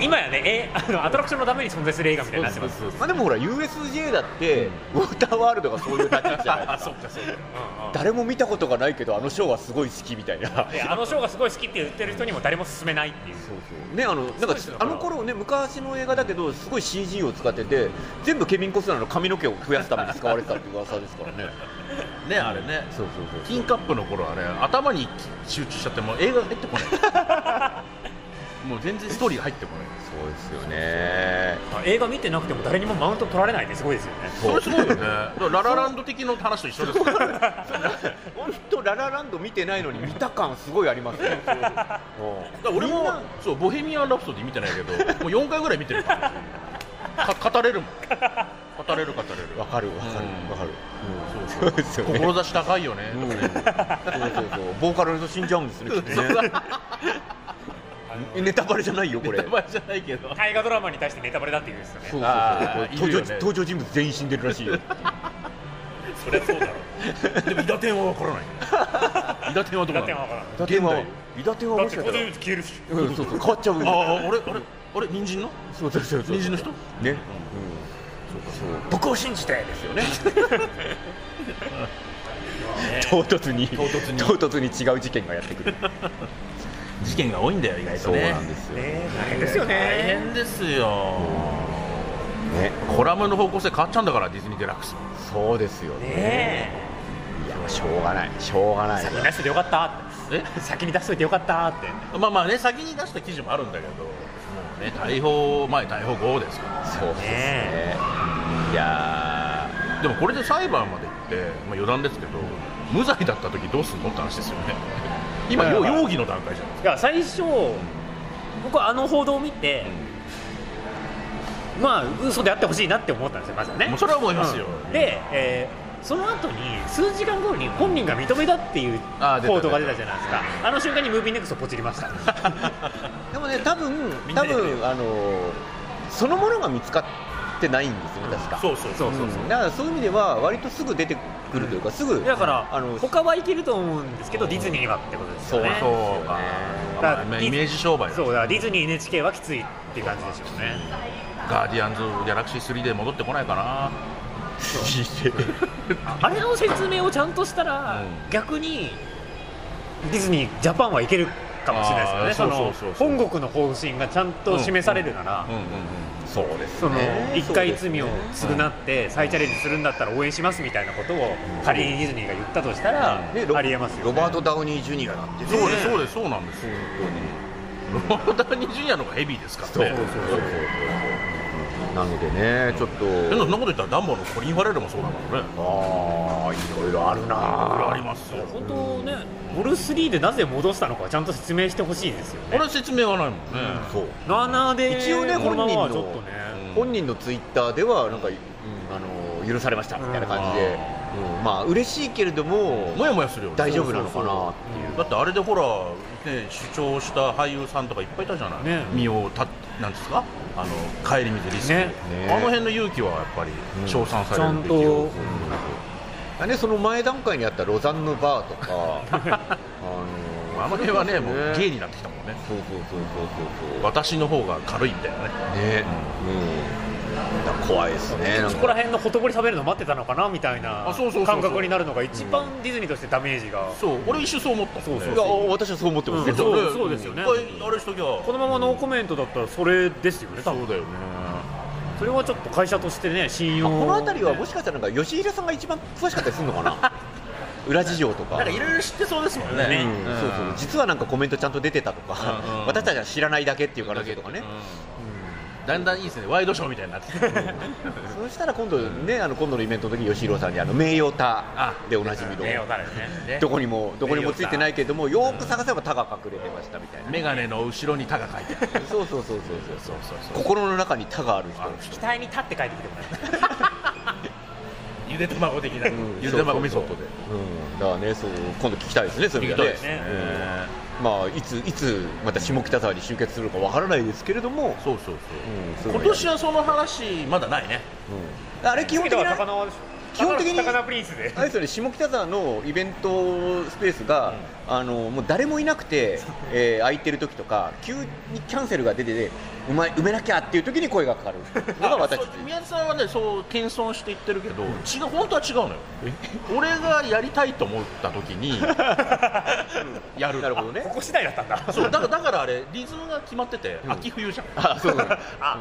C: 今やねえあのアトラクションのために存在する映画みたいになってます
A: まあでもほら USJ だって、ウォーターワールドがそういう立ち位置じゃない ですか
B: あそっかそっか
A: 誰も見たことがないけどあのショーはすごい好きみた いなそう
C: であのショーがすごい好きって言ってる人にも誰も勧めないっていう
A: そうねあのなんか
B: すごいですね
A: あの頃ね昔の映画だけどすごい CG を使ってて全部ケビン・コスナーの髪の毛を増やすために使われてたっていう噂ですからね
B: ねあれね
A: そうそうそう
B: ティーンカップの頃はね頭に集中しちゃってもう映画が出てこない もう全然ストーリーが入ってこない
A: そうですよね
C: 映画見てなくても誰にもマウント取られないってすごいですよね
B: それすごいよねだからララランド的な話と一緒ですからね
A: 本当ララランド見てないのに見た感すごいありますね
B: だから俺
A: みん
B: も
A: な
B: そうボヘミアン・ラプソディ見てないけどもう4回ぐらい見てるからか語れるもん語れる語れる
A: わかるわかる
B: うん
A: わかる、
B: そうそう
A: ですよね
B: 志高いよね、
A: うん、そうそうそうボーカロイド死んじゃうんですねきっと ねネタバレじゃないよこれ
B: 名前じゃないけど
C: 大河ドラマに対してネタバレだって言うんですよね
A: そうそうそう
B: あー
A: これ登場
B: いるよね
A: 登場人物全員死んでるらしいよ
C: そりゃそうだろ
B: でも伊達天は分からない伊達天はどうな
C: だっ
B: の
C: てわからん
A: 伊達天は
B: 現
A: 伊達天は
C: だ
A: も
C: って
A: しかし
C: 登
A: たら
C: 場人物消えるし
A: うんそうそう変わっちゃう
B: あああれあれあれ人参の
A: そうそうそうそう
B: 人参の人
A: ね、うん
C: 僕を信じてですよね
A: 唐突に唐
B: 突に
A: 突に違う事件がやってくる
B: 事件が多いんだよ意外とね
A: すよね
C: ね大変ですよ
B: 大
C: ね
B: 変ですよコラムの方向性変わっちゃうんだからディズニー・デラックスも
A: そうですよね
C: ね
A: いやしょうがないしょうがな
C: え
A: い
C: 先に出しといてよかったっ
B: え
C: て先に出しといてよかったって
B: まあまあね先に出した記事もあるんだけどもうね逮捕前逮捕後ですから
A: そうですね
C: ね
A: いや
B: でもこれで裁判まで行って、まあ、余談ですけど無罪だった時どうするのって話ですよ ね今よ容疑の段階じゃない
C: いや最初僕はあの報道を見て、まあ嘘であってほしいなって思ったんですよまずはね
B: もうそれは思いますよ
C: うんで、えーその後に数時間後に本人が認めたっていう
B: あー出た
C: 報道が出たじゃないですかあの瞬間にムービーネクストポチり ました
A: ーでもね多分
B: みん
A: 多
B: なでやるよ
A: 分あのーそのものが見つかっってないんですよね、確か。
B: そうそう
C: そうそう
A: うんだからそういう意味では割とすぐ出てくるというか、すぐ
C: だから
A: あの
C: 他はいけると思うんですけどディズニーはってことです
B: そ
C: よ
B: う
C: ね
B: そうか
C: だから
B: まあイメイメージ商売だ
C: そうだからディズニー NHK はきついっていう感じでしょうね
B: ガーディアンズ・ギャラクシー3で戻ってこないかな
A: 聞いて
C: あれの説明をちゃんとしたら、
B: うん
C: 逆にディズニージャパンはいけるかもしれないですよね
B: あー
C: その
B: そうそうそうそう
C: 本国の方針がちゃんと示されるな ら、
B: うんうん
A: そうです
C: その
A: ね
C: 一回罪を償って再チャレンジするんだったら応援しますみたいなことを仮にディズニーが言ったとしたら
A: ねロ
C: ありえますよ、ね、
A: ロバート・ダウニー・ジュニアなんてね
B: そうですそうですそうなんですよロバート・ダウニー・ジュニアの方がヘビーですか
A: そう
B: ら
A: そう
B: ね
A: そうそうなのでねちょっ
B: でも
A: と
B: そんなこと言ったらダンボのコリン・ファレルもそうだからね
A: ああいろいろあるな
B: これありますよ
C: 本当ねボルスリーでなぜ戻したのかはちゃんと説明してほしいですよ
B: こ
C: ね
B: れ説明がないもんね
A: そう
C: ナーナーで
A: 一応ね
C: このままは
A: 本
C: ち
A: 人
C: ょ
A: の
C: っとね、
B: うん
A: 本人のツイッターではなんか、うんあの許されましたみたいな感じで、うん、まあ嬉しいけれども
B: もやもやするよね
A: 大丈夫なのかな
B: だってあれでほら、ね、主張した俳優さんとかいっぱいいたじゃない、
C: ね
B: 身をたなんですかあの帰り道リスク、
C: ね
A: ね
B: あの辺の勇気はやっぱり
A: うん
B: 称賛さ
C: ち
B: れ
C: ゃ
B: る
C: ん
B: べきよ、
C: と
A: あねその前段階にあったロザンヌバーとかあの
B: あの辺はねもう芸
A: に
B: になってきたもんね
A: そうそうそうそうそう
B: 私の方が軽いみたいなね
A: そうねうんだから怖いですねなん
C: そこら
A: か
C: 辺のほとぼり食べるの待ってたのかなみたいな
B: あそうそうそうそう
C: 感覚になるのが一番ディズニーとしてダメージが、
B: そう俺一瞬そう思ったもんね
C: そう
A: い
C: そ
A: や
C: う
A: 私はそう思ってますね、
C: うん
B: そう
C: そうそうですよね
B: 一回あれしときゃ
C: このままノーコメントだったらそれですよね多
B: そう
C: 分
B: だよね
C: それはちょっと会社としてね信用
A: まあこの辺りはもしかしたらなんか吉平さんが一番詳しかったりするのかな裏事情とか
B: なんかいろいろ知ってそうですもんね
C: ね
A: うん
B: ん
A: そうそう実はなんかコメントちゃんと出てたとか、
B: うんうん
A: 私たちは知らないだけっていう形とかね、
B: うんだんだんいいですねワイドショーみたいになってきて
A: そうしたら今度ね、あの今度のイベントの時吉弘さんにあの名誉タ
B: あ
A: でおなじみの
C: 名誉だよね
A: どこにもどこにもついてないけれどもよーく探せば「タ」が隠れてましたみたいな、
B: 眼鏡の後ろに「タ」が書いてある
A: そうそうそうそうそう
B: そうそうそう
A: 心の中に「タ」がある人
B: ある
C: 期待に立って帰ってきてもらっ
B: ゆで卵的な、
A: うん
B: ゆで卵味噌とで
A: うんだからねそう今度聞きたいですねそういう意味では
C: 聞きたいですね
A: うんまあいついつまた下北沢に集結するかわからないですけれども、
B: そうそうそ
A: う
B: う、
A: ん
B: 今年はその話まだないね
A: うんあれ基本的にあれ
C: 輪でしょ
A: 基本的に
C: 高輪プリンスで
A: あれですよね下北沢のイベントスペースが、あのもう誰もいなく て、えー空いてる時とか急にキャンセルが出ててうまい埋めなきゃっていう時に声が かかるのが私
B: あそう宮田さんはねそう謙遜して言ってるけど、違う本当は違うのよ俺がやりたいと思った時にやる
A: なるほどね
C: ここ次第だったんだ
B: そうだからだからあれリズムが決まってて、
A: うん
B: 秋冬じゃん
A: あそう なの
C: あ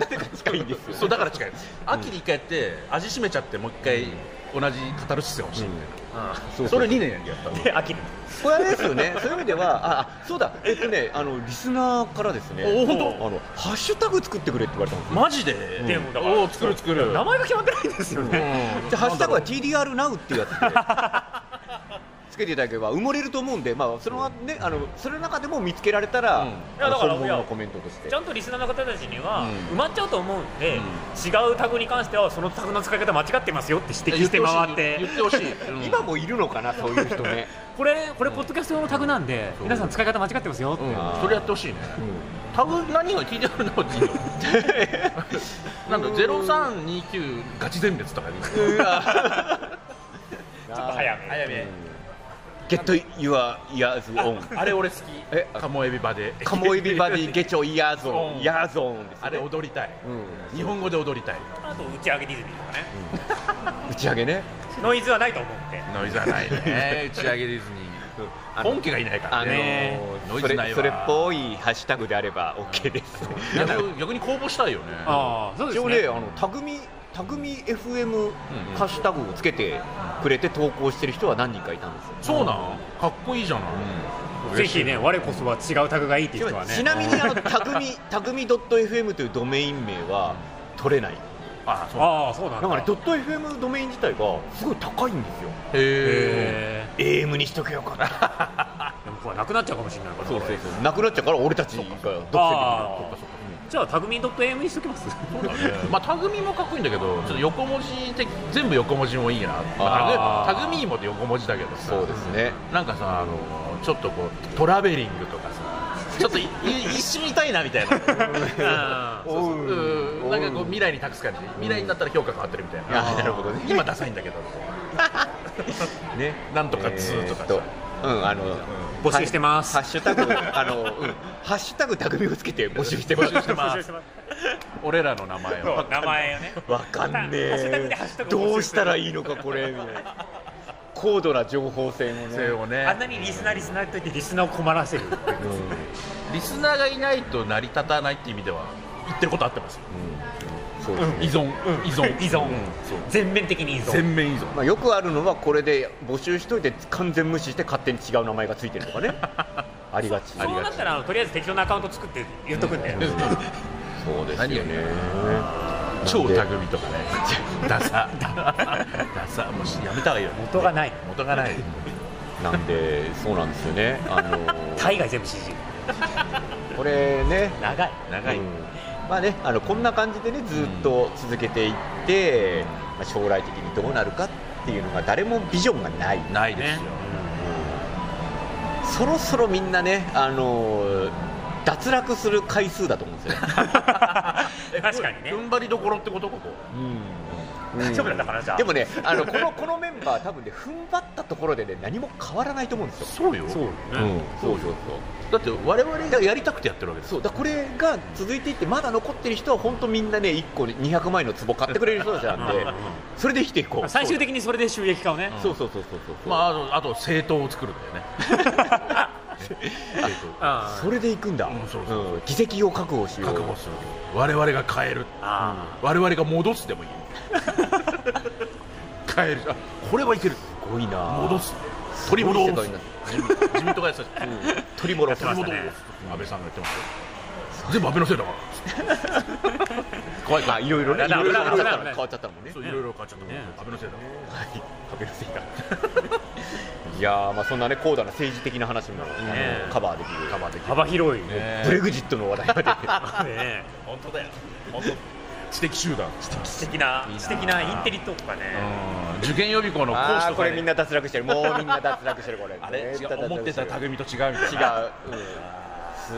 A: なぜか近いんですよ、ね、
B: そうだから違う秋に一回やって味しめちゃってもう一回同じカタルシスが欲しいみたいな、
A: そう
B: それ2年やったの
C: で飽きる
A: これあれですよねそういう意味ではああそうだえっとねあのリスナーからですね
B: お本当
A: あのハッシュタグ作ってくれって言われたんですよ
B: マジで、
C: でもだから
B: おー作る作る
C: 名前が決まってないんですよね
B: うん
A: じゃあハッシュタグは TDRNOW っていうやつでつけていただければ埋もれると思うんで、まあそのね、あのその中でも見つけられたら、
B: うんい
C: や
A: あの
C: だから
A: 本
C: い
A: 物
C: や
A: のコメントとして
C: ちゃんとリスナーの方たちには
B: う
C: 埋まっちゃうと思うんで、
B: うん
C: 違うタグに関してはそのタグの使い方間違ってますよって指摘して回って
B: 言ってほしいうん
A: 今もいるのかな、そういう人ね。
C: これこれポッドキャスト用のタグなんで、
B: そう
C: 皆さん使い方間違ってますよって、
B: うん
A: あー
B: それやってほしいねタグ何が聞いてあるのっていいのなんか0329ガチ全滅とかでいいの
A: うわ
C: ちょっと早め
B: 早め
A: ゲットユアイヤーズオン。
B: あれ俺好
A: え
B: きカモエビバで
A: カモエビバディゲチョイヤーゾ
B: う
A: ーン、
B: ん
A: ヤーゾーンです、ね。
B: あれ踊りたい
A: うん
B: 日本語で踊りたい
C: あと打ち上げディズニーとかね、
A: 打ち上げね。
C: ノイズはないと思うんで
B: ノイズはない ね打ち上げディズニー本家がいないから
A: あの
B: ね
A: ー
B: ノイ
A: そ
B: ズない
A: れ
B: わ
A: それっぽいハッシュタグであれば OK です。
B: 逆逆に公募したいよね
C: ああそう
A: 一応ね、あのタグミタグミ FM ハッシュタグをつけてくれて投稿してる人は何人かいたんですよ。
B: そうなんかっこいいじゃない
C: ぜひね我こそは違うタグがいいっていう人はね
A: ちなみにあのタグミ タグミドット FM というドメイン名は取れない。
B: ああそうなん
C: ああそうなん
A: だ
C: だ
A: からねドット FM ドメイン自体がすごい高いんですよ。
B: へえ
C: へ
A: AM にしとけよかった。
C: えでもこれなくなっちゃうかもしれないから
A: そうそうそう。なくなっちゃうから俺たちが独占できない。
C: ああじゃあタグミン .m にしときます
B: そうだねまあタグミもかっこいいんだけど、ちょっと横文字的全部横文字もいいな。ま
A: あー
B: あタグタグミもって横文字だけどさ、
A: そうですね。
B: なんかさあのちょっとこうトラベリングとかさ、ちょっといい一瞬痛いなみた いな
C: あ
B: そ
C: ー
B: う
A: お
B: そう
A: う
B: うんなんかこう未来に託す感じ未来になったら評価変わってるみたい
A: あ
B: な
A: ーなるほどね
B: 今ダサい んだけど
A: ね
B: なんとかツーとかさ
A: えっうんあの、
C: 募集してます
A: ハッシュタグあの、うん、ハッシュタグタグミをつけて募集して ます
B: 募集してま
C: 募集 し
B: す
C: てます
B: 俺らの名前
C: そ
B: を
C: う名前をね
A: わかんね
C: ハッシュタグでハッシュ
A: え
C: タグ募集する
A: どうしたらいいのかこれみたいな高度な情報戦をね
B: それをね
C: あんなにリスナーリスナーと言ってリスナーを困らせる
A: うんうん
B: リスナーがいないと成り立たないって意味では言ってることあってますよ
A: そうですね
B: 依存依存
C: 依存
B: そう
C: 全面的に依存
B: 全面依存
A: まあ、よくあるのはこれで募集しといて完全無視して勝手に違う名前がついてると かねありがち
C: そうなったらあのとりあえず適当なアカウント作って言っとくんだよ
A: そうです
B: 何よりね
A: 超
B: 超
A: タ
B: タ
A: グ
B: グミとかねダサダサもうやめた方がいいよ
C: 元がない
B: 元がない
A: なんでそうなんですよねあ の
C: 海外全部 CG
A: これね
C: 長い
B: 長い、
A: うんまあねあのこんな感じでねずっと続けていって、まあ、将来的にどうなるかっていうのが誰もビジョンがない、
B: ないですよ、
A: そろそろみんなねあの脱落する回数だと思うんです よね、
C: 確かにね
B: 踏ん張りどころってことここ
A: うん
C: 大丈夫なんだからじゃあ
A: でもねあのこのこのメンバー多分ね踏ん張ったところでね何も変わらないと思うんですよ
B: そうよ
C: そうよ
A: うん
C: ね
A: そうそうそう
B: だって我々がやりたくてやってるわけです
A: そうだからこれが続いていってまだ残ってる人は本当みんなね1個ね200万円の壺買ってくれる人たちなんで
C: うんうんうん
A: それで生きていこう
C: 最終的にそれで収益化をね
A: そうそうそうそうそうそう
B: まああのあと政党を作るんだよね政党
C: あ
A: それで行くんだ、
B: うんそうそう
A: うん議席を確保しよう
B: 覚悟する我々が変える
C: あ
B: 我々が戻すでもいい変えるあこれはいける
A: すごいな
B: 戻す
A: い
B: 取り戻
A: 世
B: す
A: 界になっ
B: 自民自民党がやってたじゃん
A: 取り戻す
B: 取り戻す安倍さんが言ってましたよ全部安倍のせいだから
A: 怖い怖いいろいろねい
C: 危ない
A: ろいろ変わっちゃった
C: 危ない
A: 変わっちゃったもんね
B: そういろいろ変わっちゃったもん
C: ね
B: 安倍のせいだから
A: はい壁のせいだ いやーまあそんなね高度な政治的な話も、
C: ね
A: カバーできるカバーで
C: あ幅広いね
B: ね
A: ブレグジットの話題まで
C: ね
B: 本当だよ本当知的集団
C: 知的ない
B: いな
C: 知的なインテリとかね
B: うん受験予備校の講師とか
A: あ
B: ね
A: ーこれみんな脱落してるもうみんな脱落してるこれ
B: あれ
A: 絶
B: 違
A: 対脱
B: う
A: 落
B: 思ってた
A: して
B: 匠
A: る
B: と違うみたいな
A: 違う、うん、すごい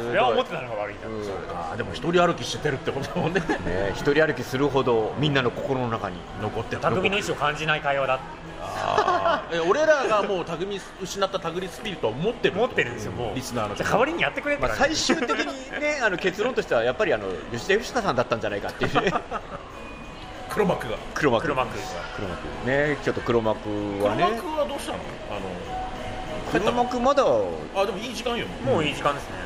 C: それは思ってたのが悪いんだ
A: うん
B: あーでも一人歩きしててるってことだもんね
A: ね、一人歩きするほどみんなの心の中に
B: 残ってた
C: 匠の意思を感じない会話だっ
B: あーえ俺らがもう匠失った匠スピリットを持ってる
C: て持ってるんですよもう
B: リスナーの
C: じゃあ代わりにやってくれって
A: まあ、
C: 感じ
A: 最終的に、 ね、あの結論としてはやっぱりあの吉田吉田さんだったんじゃないかっていうね
B: 黒幕が
A: 黒幕
C: 黒幕
A: 黒幕ねちょっと黒幕
B: 黒
A: は
B: 幕
A: ね
B: はどうしたのあの帰っ
A: 黒
B: たの
A: 幕まだ
B: あでもいい時間よ
C: もういい時間ですね